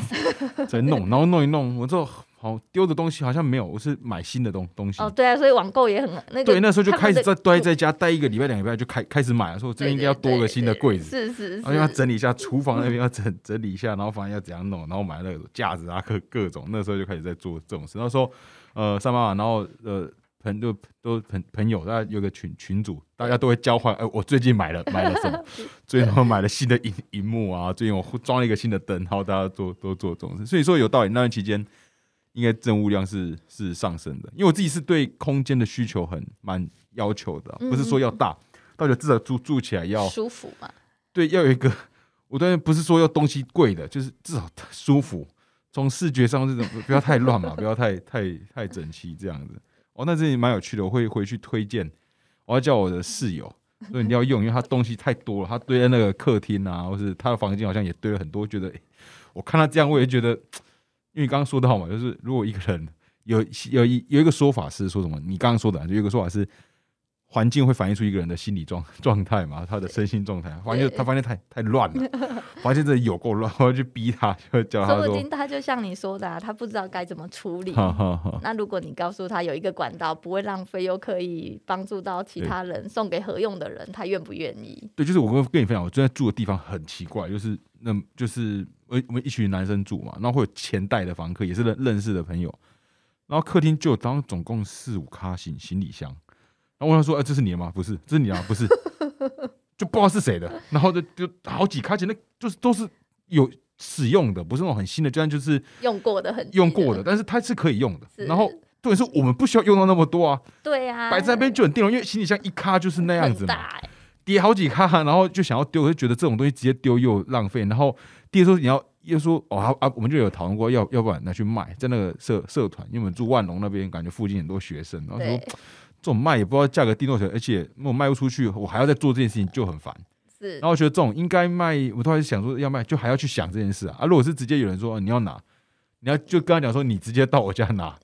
S1: 再弄，然后弄一弄，我之后好丢的东西好像没有，我是买新的东东西。
S2: 哦，对啊，所以网购也很那个。
S1: 对，那时候就
S2: 他
S1: 开始
S2: 们的
S1: 在待在家待一个礼拜、两个礼拜，就开开始买了，说我这边应该要多个新的柜子，
S2: 是是
S1: 然后要
S2: 是，
S1: 整理一下厨房那边要整整理一下，然后反正要怎样弄，然后买那个架子啊各各种，那时候就开始在做这种事。那时候呃上班嘛，然后呃朋就都朋朋友，大家有个群群组，大家都会交换，哎、我最近买了买了什么，最近我买了新的荧荧幕啊，最近我装了一个新的灯，然后大家做都做这种事。所以说有道理，那段期间。应该政务量是是上升的，因为我自己是对空间的需求很蛮要求的啊，不是说要大，到底至少住住起来要
S3: 舒服嘛，
S1: 对，要有一个，我当然不是说要东西贵的，就是至少舒服。从视觉上这种不要太乱嘛，不要太太太整齐这样子。哦，那这里蛮有趣的，我会回去推荐。我要叫我的室友说你一定要用，因为他东西太多了，他堆在那个客厅啊，或是他的房间好像也堆了很多。觉得、诶我看他这样，我也觉得，因为刚刚说到嘛，就是如果一个人有有一有一个说法是说什么？你刚刚说的啊，就有一个说法是环境会反映出一个人的心理状状态嘛，他的身心状态。环境他发现太太乱了，发现这有够乱，我要去逼他，就叫他
S2: 说不
S1: 说
S2: 定他就像你说的、啊，他不知道该怎么处理。
S1: 哈哈哈，
S2: 那如果你告诉他有一个管道，不会浪费，又可以帮助到其他人，送给合用的人，他愿不愿意？
S1: 对，就是我跟跟你分享，我最近住的地方很奇怪，就是那就是我我们一群男生住嘛，然后会有前代的房客，也是认认识的朋友，然后客厅就有当总共四五咖行行李箱，然后问他说：“哎、这是你的吗？不是，这是你的吗？不是，就不知道是谁的。”然后就就好几咖，而且那就是都是有使用的，不是那种很新的，居然就是
S2: 用过的很
S1: 用过的，，但是它是可以用的。
S2: 是
S1: 然后重点是我们不需要用到那么多啊，
S2: 对啊，
S1: 摆在那边就很定了，因为行李箱一咖就是那样子
S2: 很
S1: 嘛。
S2: 大、欸，
S1: 叠好几咖，然后就想要丢，就觉得这种东西直接丢又浪费。然后第二说你要又说哦啊啊，我们就有讨论过要要不然拿去卖，在那个社社团，因为我们住万隆那边，感觉附近很多学生，然后说
S2: 对
S1: 这，种卖也不知道价格定多少钱，而且如果卖不出去，我还要再做这件事情就很烦。
S2: 是
S1: 然后我觉得这种应该卖，我突然想说要卖，就还要去想这件事啊。啊，如果是直接有人说、哦你要拿，你要就跟他讲说你直接到我家拿，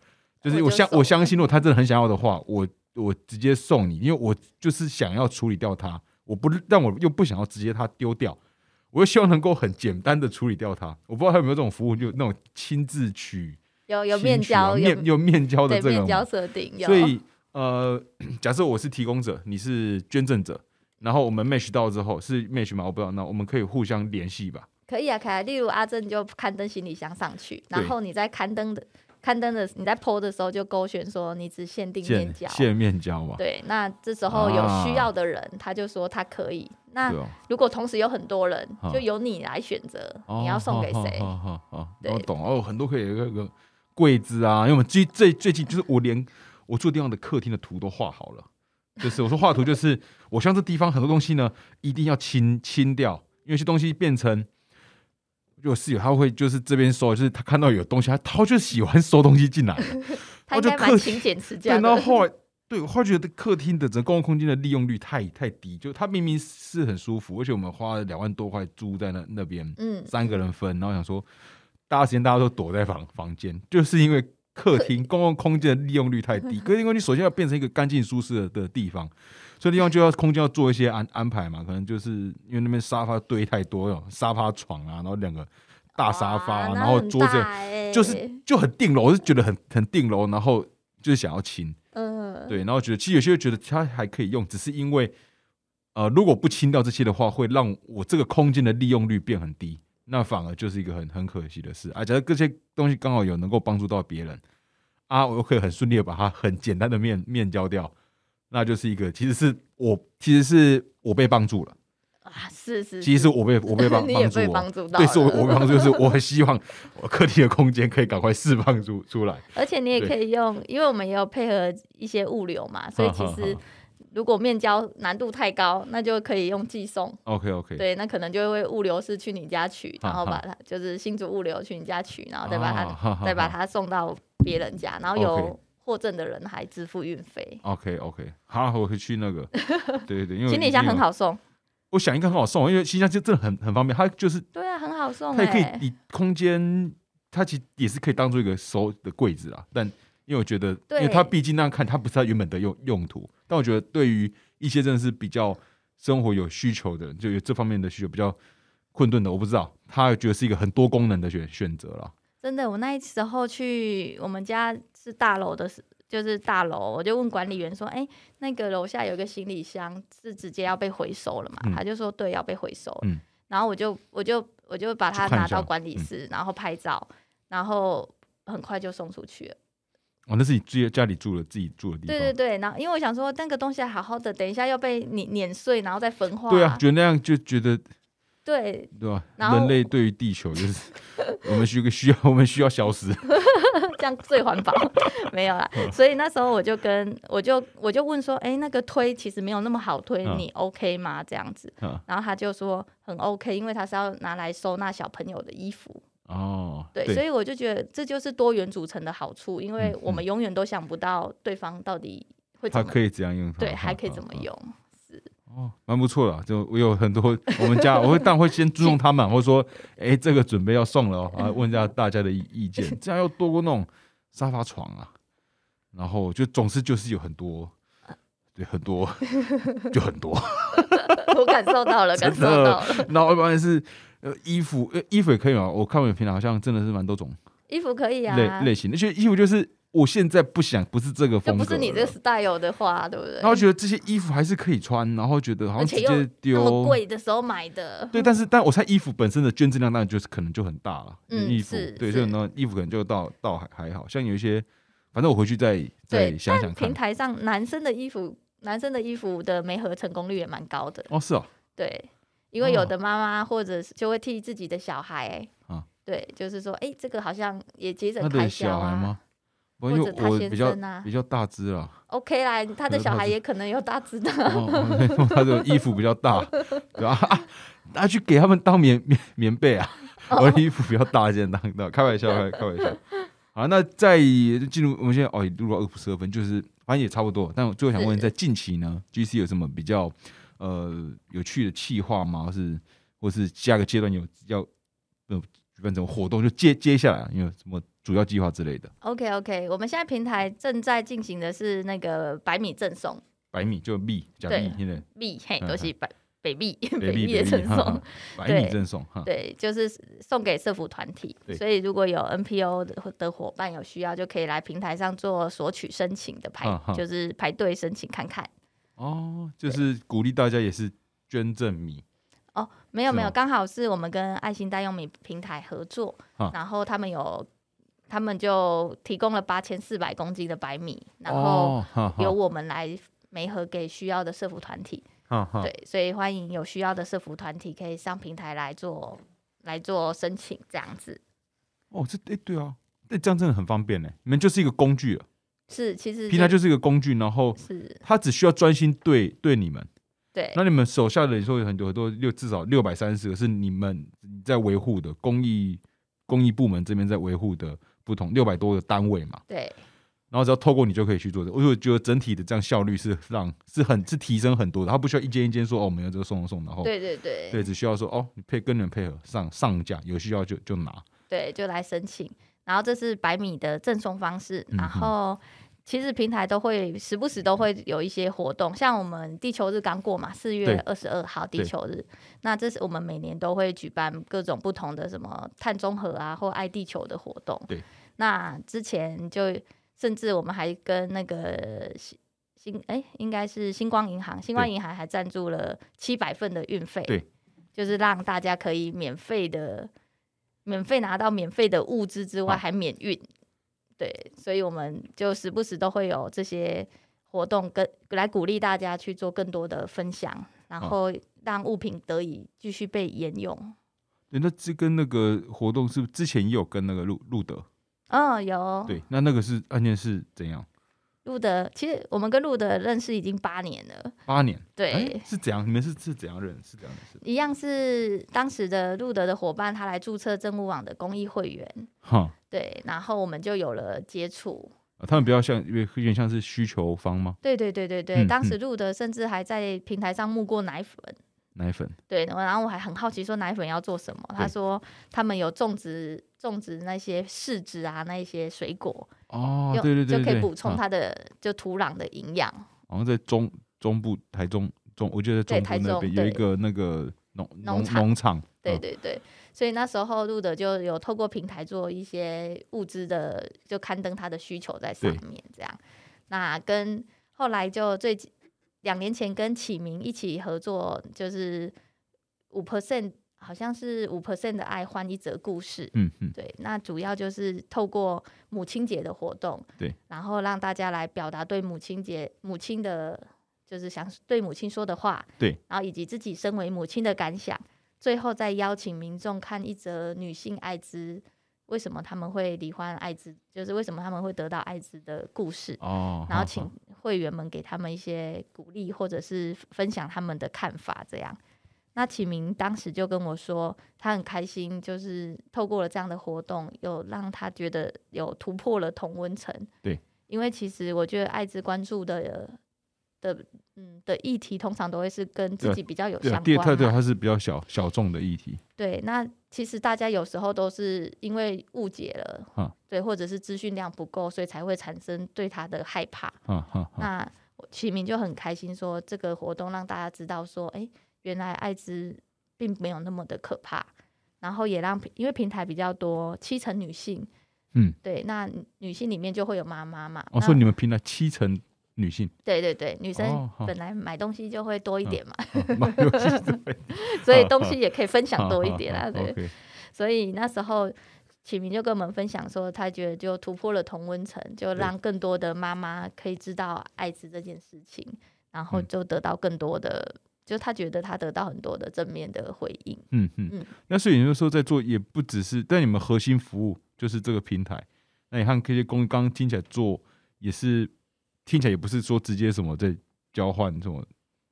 S1: 就是
S2: 我
S1: 我
S2: 就
S1: 相
S2: 送
S1: 我相信，如果他真的很想要的话，我我直接送你，因为我就是想要处理掉它，我不但我又不想要直接它丢掉，我又希望能够很简单的处理掉它。我不知道他有没有这种服务，就那种亲自取
S2: 有有
S1: 亲
S2: 面
S1: 取啊
S2: 交，有
S1: 面有面交的
S2: 对
S1: 这
S2: 面
S1: 种。
S2: 交设定，有
S1: 所以呃，假设我是提供者，你是捐赠者，然后我们 match 到之后是 match 吗？我不知道，那我们可以互相联系吧。
S2: 可以啊，可以啊。例如阿正就刊登行李箱上去，
S1: 对
S2: 然后你在刊登的刊登的你在 PO 的时候就勾选说你只限定面
S1: 见
S2: 交，
S1: 见面交嘛，
S2: 对。那这时候有需要的人，他就说他可以。那
S1: 啊对哦，
S2: 如果同时有很多人
S1: 啊，
S2: 就由你来选择
S1: 哦
S2: 你要送给谁。
S1: 好好好好，
S2: 对
S1: 我懂哦，很多可以有一个柜子啊，因为我们最最最近就是我连我住的地方的客厅的图都画好了，就是我说画图就是我希望这地方很多东西呢一定要清清掉，因为有些东西变成。就我室友他会就是这边收，就是他看到有东西，他他就喜欢收东西进来了，哦
S2: 他应
S1: 就
S2: 该
S1: 客
S2: 蛮勤俭 持
S1: 对，
S2: 家
S1: 然后
S2: 的，
S1: 后来，对我后来觉得客厅的整个公共空间的利用率太太低，就它明明是很舒服，而且我们花了两万多块租在那那边，
S2: 嗯，
S1: 三个人分，然后想说，大家时间大家都躲在房房间，就是因为客厅公共空间的利用率太 低。客厅空间首先要变成一个干净舒适的的地方，所以地方就要空间要做一些安安排嘛，可能就是因为那边沙发堆太多了，沙发床啊，然后两个大沙发啊、
S2: 哇
S1: 然后
S2: 那很
S1: 桌子
S2: 大欸
S1: 就是就很定楼，我是觉得很很定楼，然后就是想要清。
S2: 嗯，
S1: 对，然后觉得其实有些人觉得它还可以用，只是因为呃，如果不清掉这些的话，会让我这个空间的利用率变很低，那反而就是一个很很可惜的事。啊，假如这些东西刚好有能够帮助到别人啊，我又可以很顺利的把它很简单的面面交掉，那就是一个其实是我其实是我被帮助了，
S2: 啊，是是，
S1: 其实是
S2: 是
S1: 我被我被帮
S2: 你也
S1: 帮助
S2: 被
S1: 我
S2: 帮助到
S1: 对，是我
S2: 了，
S1: 我被帮助，就是我很希望我客厅的空间可以赶快释放出出来。
S2: 而且你也
S1: 对
S2: 可以用，因为我们也有配合一些物流嘛，所以其实
S1: 哈
S2: 如果面交难度太高，那就可以用寄送。
S1: OK OK，
S2: 对，那可能就会物流是去你家取，
S1: 哈哦
S2: 然后
S1: 哈
S2: 把它就是新竹物流去你家取，然后再把它、
S1: 它
S2: 再把它送到别人家，然后
S1: OK
S2: 有获赠的人还支付运费。
S1: OK OK，好，我会去那个，对对对，因为
S2: 行李箱很，好送，
S1: 我想应该很好送，因为行李箱就真的很很方便，它就是
S2: 对啊，很好送、
S1: 它也可
S2: 欸
S1: 以，以空间，它其实也是可以当做一个收的柜子啦，但因为我觉得，因
S4: 对
S1: 为它毕竟那样看，它不是它原本的用用途。但我觉得，对于一些真的是比较生活有需求的，就有这方面的需求比较困顿的，我不知道，他觉得是一个很多功能的选选择了。
S4: 真的，我那时候去我们家是大楼的时，就是大楼，我就问管理员说：“哎、那个楼下有一个行李箱是直接要被回收了嘛？”
S1: 嗯
S4: 他就说：“对，要被回收了。
S1: 嗯
S4: 然后我就我就我就把它
S1: 去看一
S4: 拿
S1: 下嗯
S4: 到管理室，然后拍照，然后很快就送出去了。
S1: 哦，那是你自己家里住的自己住的地方。
S4: 对对对，然后因为我想说那个东西还好好的，等一下要被碾碾碎，然后再焚化。
S1: 对啊，觉得那样就觉得
S4: 对
S1: 对吧、
S4: 然后
S1: 人类对于地球就是 我们需一个需要，我们需要 消失。
S4: 这样最环 保，没有啦。
S1: 嗯
S4: 所以那时候我就跟我就我就问说，哎、那个推其实没有那么好推，
S1: 嗯
S4: 你 OK 吗？这样子，
S1: 嗯
S4: 然后他就说很 OK，因为他是要拿来收纳小朋友的衣服。
S1: 哦，
S4: 对，所以我就觉得这就是多元组成的好处，因为
S1: 嗯
S4: 我们永远都想不到对方到底会怎
S1: 它
S4: 么
S1: 可以嗯这样用，
S4: 对，
S1: 好
S4: 还可以怎么？
S1: 好好好
S4: 用。
S1: 哦，蛮不错的啊，就我有很多我们 家，我会但会先注重他们，或者说，哎、这个准备要送了 哦，啊，问一下大家的意意见，这样要多过那种沙发床啊，然后就总是就是有很多，对，很多就很 多，
S2: 我感受到了，感
S1: 真
S2: 受到
S1: 的
S2: 了。，
S1: 然后要不然是呃衣服，呃衣服也可以嘛，我看我平常好像真的是蛮多种
S2: 衣服可以啊，
S1: 类类型，那些衣服就是我现在不想不是这个
S2: 就
S1: 风格
S2: 不
S1: 了，
S2: 是你这个 style 的话，对不对
S1: 然？后觉得这些衣服还是可以穿，然后觉得好像
S2: 而
S1: 直
S2: 且又
S1: 接
S2: 那
S1: 丢，
S2: 么贵的时候买的，
S1: 对，但是但我猜衣服本身的捐赠量当然就是可能就很大了，
S2: 嗯
S1: 衣服
S2: 是
S1: 对，
S2: 是
S1: 所以呢，衣服可能就到到还还好像有一些，反正我回去再再
S2: 对
S1: 想想看
S2: 平。台上男生的衣服，男生的衣服的媒合成功率也蛮高的。
S1: 哦，是哦，
S2: 对，因为有
S1: 哦
S2: 的妈妈或者是就会替自己的小孩，
S1: 啊
S2: 对，就是说，哎、这个好像也节省
S1: 他
S2: 开
S1: 的
S2: 销
S1: 小孩
S2: 啊
S1: 吗？不，因为
S2: 或者他
S1: 我
S2: 先
S1: 比较
S2: 生啊
S1: 比较大只啦，
S2: ，OK 啦，他
S1: 可
S2: 的
S1: 能
S2: 小
S1: 他
S2: 孩
S1: 是
S2: 也可能有大 知道，
S1: 哦哦他的衣服比较大， 对吧？啊拿去给他们当棉棉棉被啊，
S2: 哦
S1: 我的衣服比较大件当当，开玩笑，开开玩笑。好，那在进入我们现在哦，也录到二十二分，就是反正也差不多。但我最后想问，在近期呢，GC 有什么比较呃有趣的企划吗？或是或是下个阶段有要呃举办什么活动？就接接下来啊有什么主要计划之类的？
S2: OK OK，我们现在平台正在进行的是那个百米赠送
S1: 百米就币假
S2: 对
S1: 币，现在
S2: 币，嘿，
S1: 嗯
S2: 都是百北币
S1: 百
S2: 北
S1: 币
S2: 币的
S1: 百
S2: 赠
S1: 币，哈
S2: 送
S1: 哈，百米
S2: 对
S1: 赠送哈。
S2: 对，就是送给社服团体
S1: 对。
S2: 所以如果有 NPO 的的伙伴有需要，就可以来平台上做索取申请的排
S1: 嗯，嗯
S2: 就是排队申请看看。
S1: 哦，就是鼓励大家也是捐赠米
S2: 哦，没有
S1: 是
S2: 没
S1: 吗
S2: 有，刚好是我们跟爱心代用米平台合作
S1: 啊，
S2: 然后他们有，他们就提供了八千四百公斤的白米，然后
S1: 哦，哈哈
S2: 由我们来媒合给需要的社服团体。
S1: 哈哈
S2: 对，所以欢迎有需要的社服团体可以上平台来做来做申请，这样子
S1: 哦，这哎、对啊，那这样真的很方便呢。你们就是一个工具了，
S2: 是其实
S1: 平台就是一个工具，然后
S2: 是
S1: 他只需要专心对对你们，
S2: 对
S1: 那你们手下的你说有很多很多六至少六百三十个是你们在维护的公益公益部门这边在维护的不同六百多个单位嘛，
S2: 对
S1: 然后只要透过你就可以去做这个，我觉得整体的这样效率是让是很是提升很多的，他不需要一间一间说哦，我们要这个送送送，然后
S2: 对对对
S1: 对，只需要说哦，你配跟人配合上上架，有需要就就拿。
S2: 对，就来申请。然后这是百米的赠送方式，
S1: 嗯
S2: 然
S1: 哼
S2: 后其实平台都会时不时都会有一些活动，像我们地球日刚过嘛，四
S1: 对
S2: 月二十二号地
S1: 对
S2: 球日，那这是我们每年都会举办各种不同的什么碳中和啊或爱地球的活动。
S1: 对，
S2: 那之前就甚至我们还跟那个新新哎应该是星光银行，星光
S1: 对
S2: 银行还赞助了七百份的运费，
S1: 对，
S2: 就是让大家可以免费的。免费拿到免费的物资之外，
S1: 啊
S2: 还免运，对，所以我们就时不时都会有这些活动跟来鼓励大家去做更多的分享，然
S1: 啊
S2: 后让物品得以继续被沿用。
S1: 对，那这跟那个活动是不是之前也有跟那个路路德，
S2: 嗯，有
S1: 对，那那个是案件是怎样？
S2: 路德，其实我们跟路德认识已经八年了，
S1: 八年，
S2: 对，
S1: 哎是怎样？你们是是怎样认？是怎样认识的？
S2: 一样是当时的路德的伙伴，他来注册政务网的公益会员，
S1: 哈、
S2: 对，然后我们就有了接触，
S1: 啊他们比较像，因为有点像是需求方吗？
S2: 对对对对对，
S1: 嗯
S2: 当时
S1: 嗯
S2: 路德甚至还在平台上募过奶粉，
S1: 奶粉，
S2: 对，然后我还很好奇说奶粉要做什么。他
S1: 对
S2: 说他们有种植种植那些柿子啊，那一些水果，
S1: 哦，
S2: 用
S1: 对对对，
S2: 就可以
S1: 对
S2: 补充
S1: 啊
S2: 它的、就土壤的营养。
S1: 好像在中中部台中中，我觉得在
S2: 对
S1: 中
S2: 台
S1: 部那
S2: 中
S1: 边有一
S2: 对
S1: 个那个农农
S2: 场
S1: 农场，
S2: 对
S1: 嗯
S2: 对对，所以那时候录的就有透过平台做一些物资的，就刊登他的需求在上面这样。那跟后来就最近两年前跟启明一起合作，就是五 percent 好像是五 percent 的爱换一则故事。
S1: 嗯嗯，
S2: 对，那主要就是透过母亲节的活动，
S1: 对，
S2: 然后让大家来表达对母亲节、母亲的，就是想对母亲说的话，
S1: 对，
S2: 然后以及自己身为母亲的感想，最后再邀请民众看一则女性艾滋为什么他们会罹患艾滋，就是为什么他们会得到艾滋的故事，
S1: 哦，
S2: 然后
S1: 好
S2: 请
S1: 好
S2: 会员们给他们一些鼓励，或者是分享他们的看法，这样。那启明当时就跟我说，他很开心，就是透过了这样的活动，有让他觉得有突破了同温层。
S1: 对，
S2: 因为其实我觉得艾滋关注的的嗯的议题，通常都会是跟
S1: 对
S2: 自
S1: 啊
S2: 己比较有
S1: 对
S2: 相
S1: 啊
S2: 关
S1: 第二对啊
S2: 嘛
S1: 它是比较小小众的议题，
S2: 对，那其实大家有时候都是因为误解了，
S1: 嗯
S2: 对，或者是资讯量不够，所以才会产生对他的害怕。
S1: 哈哈哈，
S2: 那我启明就很开心说，这个活动让大家知道说，哎、原来艾滋并没有那么的可怕，然后也让因为平台比较多，七成女性，
S1: 嗯，
S2: 对，那女性里面就会有妈妈嘛，
S1: 我
S2: 那
S1: 说哦你们平台七成女性，
S2: 对对对，女
S1: 哦
S2: 生
S1: 好
S2: 本来买东西就会多一
S1: 嗯
S2: 点嘛，
S1: 哦 蛮有趣的
S2: 所以
S1: 好
S2: 东
S1: 好
S2: 西也可以分享
S1: 好
S2: 多一
S1: 好
S2: 点
S1: 好
S2: 啊，对。
S1: 嗯，OK，
S2: 所以那时候启明就跟我们分享说，他觉得就突破了同温层，就让更多的妈妈可以知道艾滋这件事情，然后
S1: 嗯
S2: 就得到更多的，就他觉得他得到很多的正面的回应。
S1: 嗯嗯
S2: 嗯，
S1: 那所以你就说在做也不只是，但你们核心服务就是这个平台，那你看这些公刚刚听起来做也是听起来也不是说直接什么在交换什么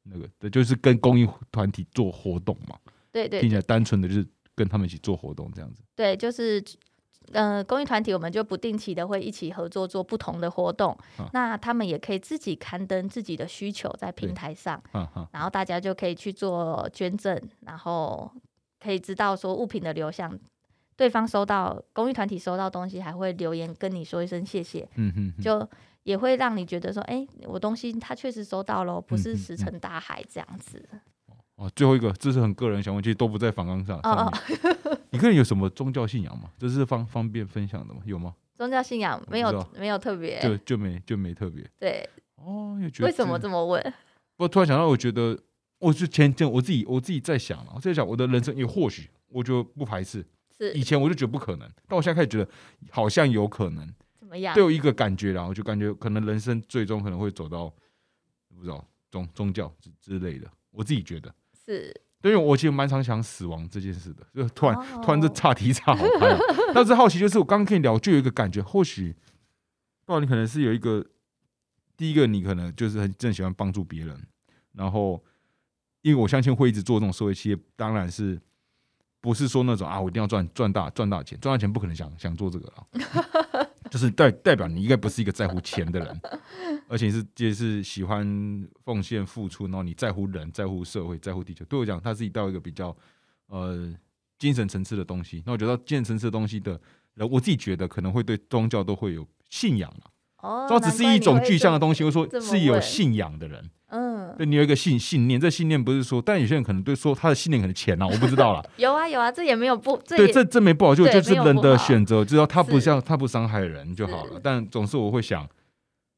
S1: 那个，对，就是跟公益团体做活动嘛，
S2: 对对
S1: 听起来单纯的就是跟他们一起做活动这样子，
S2: 对，就是呃，公益团体我们就不定期的会一起合作做不同的活动，
S1: 啊
S2: 那他们也可以自己刊登自己的需求在平
S1: 对
S2: 台上，
S1: 哈哈，
S2: 然后大家就可以去做捐赠，然后可以知道说物品的流向。对方收到公益团体收到东西，还会留言跟你说一声谢谢，
S1: 嗯嗯，
S2: 就也会让你觉得说，哎、我东西他确实收到咯，
S1: 嗯
S2: 不
S1: 嗯
S2: 是
S1: 嗯
S2: 石沉大海这样子。
S1: 哦，最后一个这是很个人的想问，其实都不在反纲上
S2: 哦
S1: 上面。你个人有什么宗教信仰吗？这是方方便分享的吗？有吗？
S2: 宗教信仰没
S1: 我不
S2: 有
S1: 知
S2: 没有特别，
S1: 哦就就没就没特别
S2: 对，
S1: 哦，又觉得
S2: 呃为什么
S1: 这
S2: 这么问？
S1: 我突然想到，我觉得我是前阵我自己我自己在想了，啊我在想我的人生也或许我就不排斥，
S2: 是
S1: 以前我就觉得不可能，但我现在开始觉得好像有可能，
S2: 怎么样
S1: 对？我一个感觉啦，我就感觉可能人生最终可能会走到不知道宗宗教之之类的，我自己觉得。
S2: 是
S1: 对，因为我其实蛮常想死亡这件事的，就突然、突然这
S2: 哦
S1: 岔题岔好开、啊。但是好奇就是我刚刚跟你聊，就有一个感觉，或许到你可能是有一个第一个，你可能就是很正喜欢帮助别人，然后因为我相信会一直做这种社会企业，当然是不是说那种啊，我一定要赚赚大赚大钱，赚大钱不可能想想做这个了， 就是代代表你应该不是一个在乎钱的人，而且是也是喜欢奉献付出，然后你在乎人，在乎社会，在乎地球。对我讲，它是一到一个比较呃精神层次的东西。那我觉得精神层次的东西的人，我自己觉得可能会对宗教都会有信仰啊，
S2: 哦，
S1: 宗教只是一种具象的东西，我
S2: 难怪
S1: 说
S2: 你会这么
S1: 是有
S2: 问
S1: 信仰的人。
S2: 嗯，
S1: 对你有一个信信念，这信念不是说，但有些人可能对说他的信念可能钱啊，我不知道啦。
S2: 有啊有啊，这也没有不，这
S1: 对，
S2: 也
S1: 这这没不好，就
S2: 对
S1: 就是
S2: 没有
S1: 人
S2: 不
S1: 的
S2: 好
S1: 选择，知道他不
S2: 是
S1: 像他不伤害人就好了
S2: 是。
S1: 但总是我会想，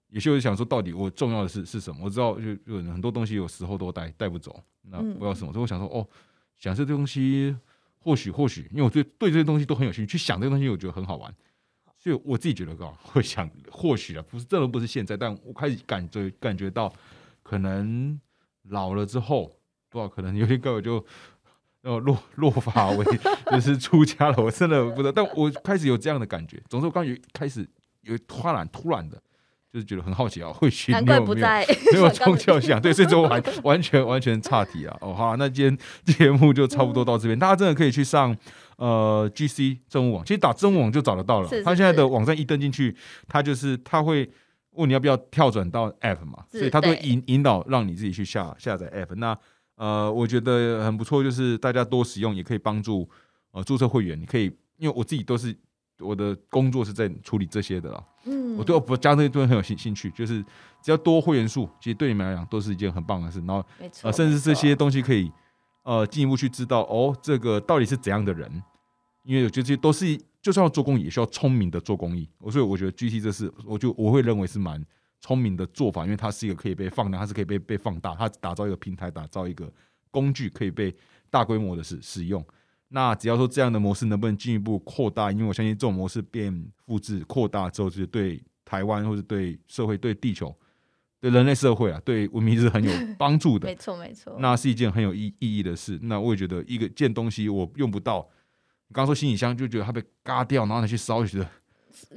S1: 有些我就想说，到底我重要的是是什么？我知道就有很多东西有时候都带带不走，那
S2: 嗯
S1: 不要什么。所以我想说，哦，想这东西，或许或许，因为我对对这些东西都很有兴趣，去想这个东西，我觉得很好玩。所以我自己觉得高，会想或许啊，不是真的不是现在，但我开始感觉感觉到，可能老了之后，不知道可能有些歌我就呃落落发为就是出家了，我真的不知道，但我开始有这样的感觉。总之，我刚有开始有突然突然的，就是觉得很好奇啊，或许
S2: 难
S1: 你有
S2: 怪
S1: 没有
S2: 不在
S1: 没有
S2: 反纲
S1: 宗
S2: 里
S1: 教信仰，对，所以这 完完全完全岔题啊。哦，好啊，那今天节目就差不多到这边，大家真的可以去上呃 GC 政务网，其实打政务网就找得到了
S2: 是。是
S1: 他现在的
S2: 是
S1: 网站一登进去，他就是他会问你要不要跳转到 App 嘛，
S2: 是
S1: 所以他都会
S2: 对
S1: 引引导让你自己去下下载 App。那呃，我觉得很不错，就是大家多使用，也可以帮助呃注册会员，你可以，因为我自己都是我的工作是在处理这些的啦，
S5: 嗯，
S1: 我对我加这些东西很有兴兴趣，就是只要多会员数，其实对你们来讲都是一件很棒的事，然后
S2: 没错，
S1: 呃，甚至
S2: 没
S1: 这
S2: 错
S1: 些东西可以呃进一步去知道哦，这个到底是怎样的人，因为我觉得这些都是就算要做公益，也需要聪明的做公益。我所以我觉得 GT 这是我就我会认为是蛮聪明的做法，因为它是一个可以被放大，它是可以被被放大，它打造一个平台，打造一个工具，可以被大规模的使使用。那只要说这样的模式能不能进一步扩大，因为我相信这种模式变复制扩大之后，就是对台湾或是对社会、对地球、对人类社会啊，对文明是很有帮助 的
S2: 没。错没错，
S1: 那是一件很有意意义的事。那我也觉得一个件东西我用不到，你刚刚说行李箱就觉得它被嘎掉，然后拿去烧，就觉得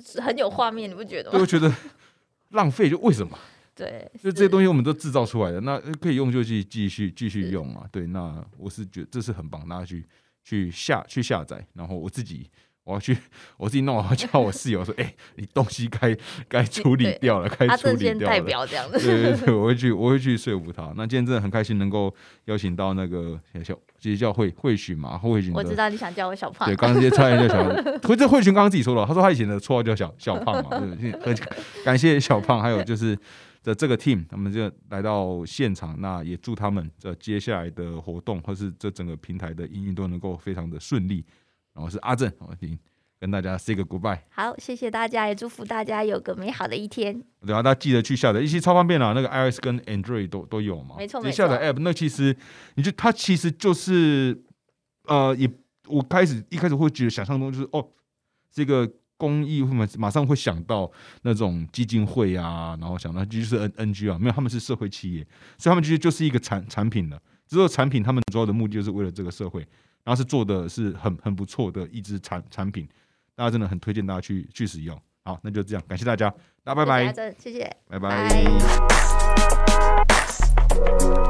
S5: 是很有画面，你不觉得
S1: 就
S5: 吗？
S1: 会觉得 浪费，就 为什么？
S5: 对，
S1: 就这些东西我们都制造出来的，那呃可以用就去继续继续用嘛。对，那我是觉得这是很棒，大家去去下去下载，然后我自己。我要去， 我自己弄，我要叫我室友说：“ 哎、你东西该该处理
S5: 对
S1: 掉了，该
S5: 他
S1: 处
S5: 证
S1: 理
S5: 件
S1: 掉
S5: 代
S1: 了。”
S5: 表这 样子，
S1: 对对对，我会去，我会去说服他。那今天真的很开心能够邀请到那个小，其实叫慧慧群嘛，慧群的。
S5: 我知道你想叫我小胖
S1: 对，，刚刚这些差点叫 小，回这慧群刚刚自己说了，他说他以前的绰号叫小小胖嘛，对，很感谢小胖，还有就是的这个 team，他们就来到现场，那也祝他们这接下来的活动或是这整个平台的营运都能够非常的顺利。然后是阿正，我已经跟大家 say 个 goodbye。
S5: 好，谢谢大家，也祝福大家有个美好的一天。
S1: 对啊，大家记得去下载，一些超方便啦、啊那个 iOS 跟 Android 都都有嘛。
S5: 没错
S1: 直接下载 App，那其实你就它其实就是呃，也我开始一开始会觉得想象中就是哦，这个公益会马马上会想到那种基金会啊，然后想到就是 N N G 啊，没有，他们是社会企业，所以他们其实就是一个产产品了。只有产品，他们主要的目的就是为了这个社会，然后是做的是很很不错的一支产产品，大家真的很推荐大家去去使用。好，那就这样，感谢大家，大家拜拜
S5: 谢谢阿。珍，谢谢，
S1: 拜
S5: 拜
S1: 拜。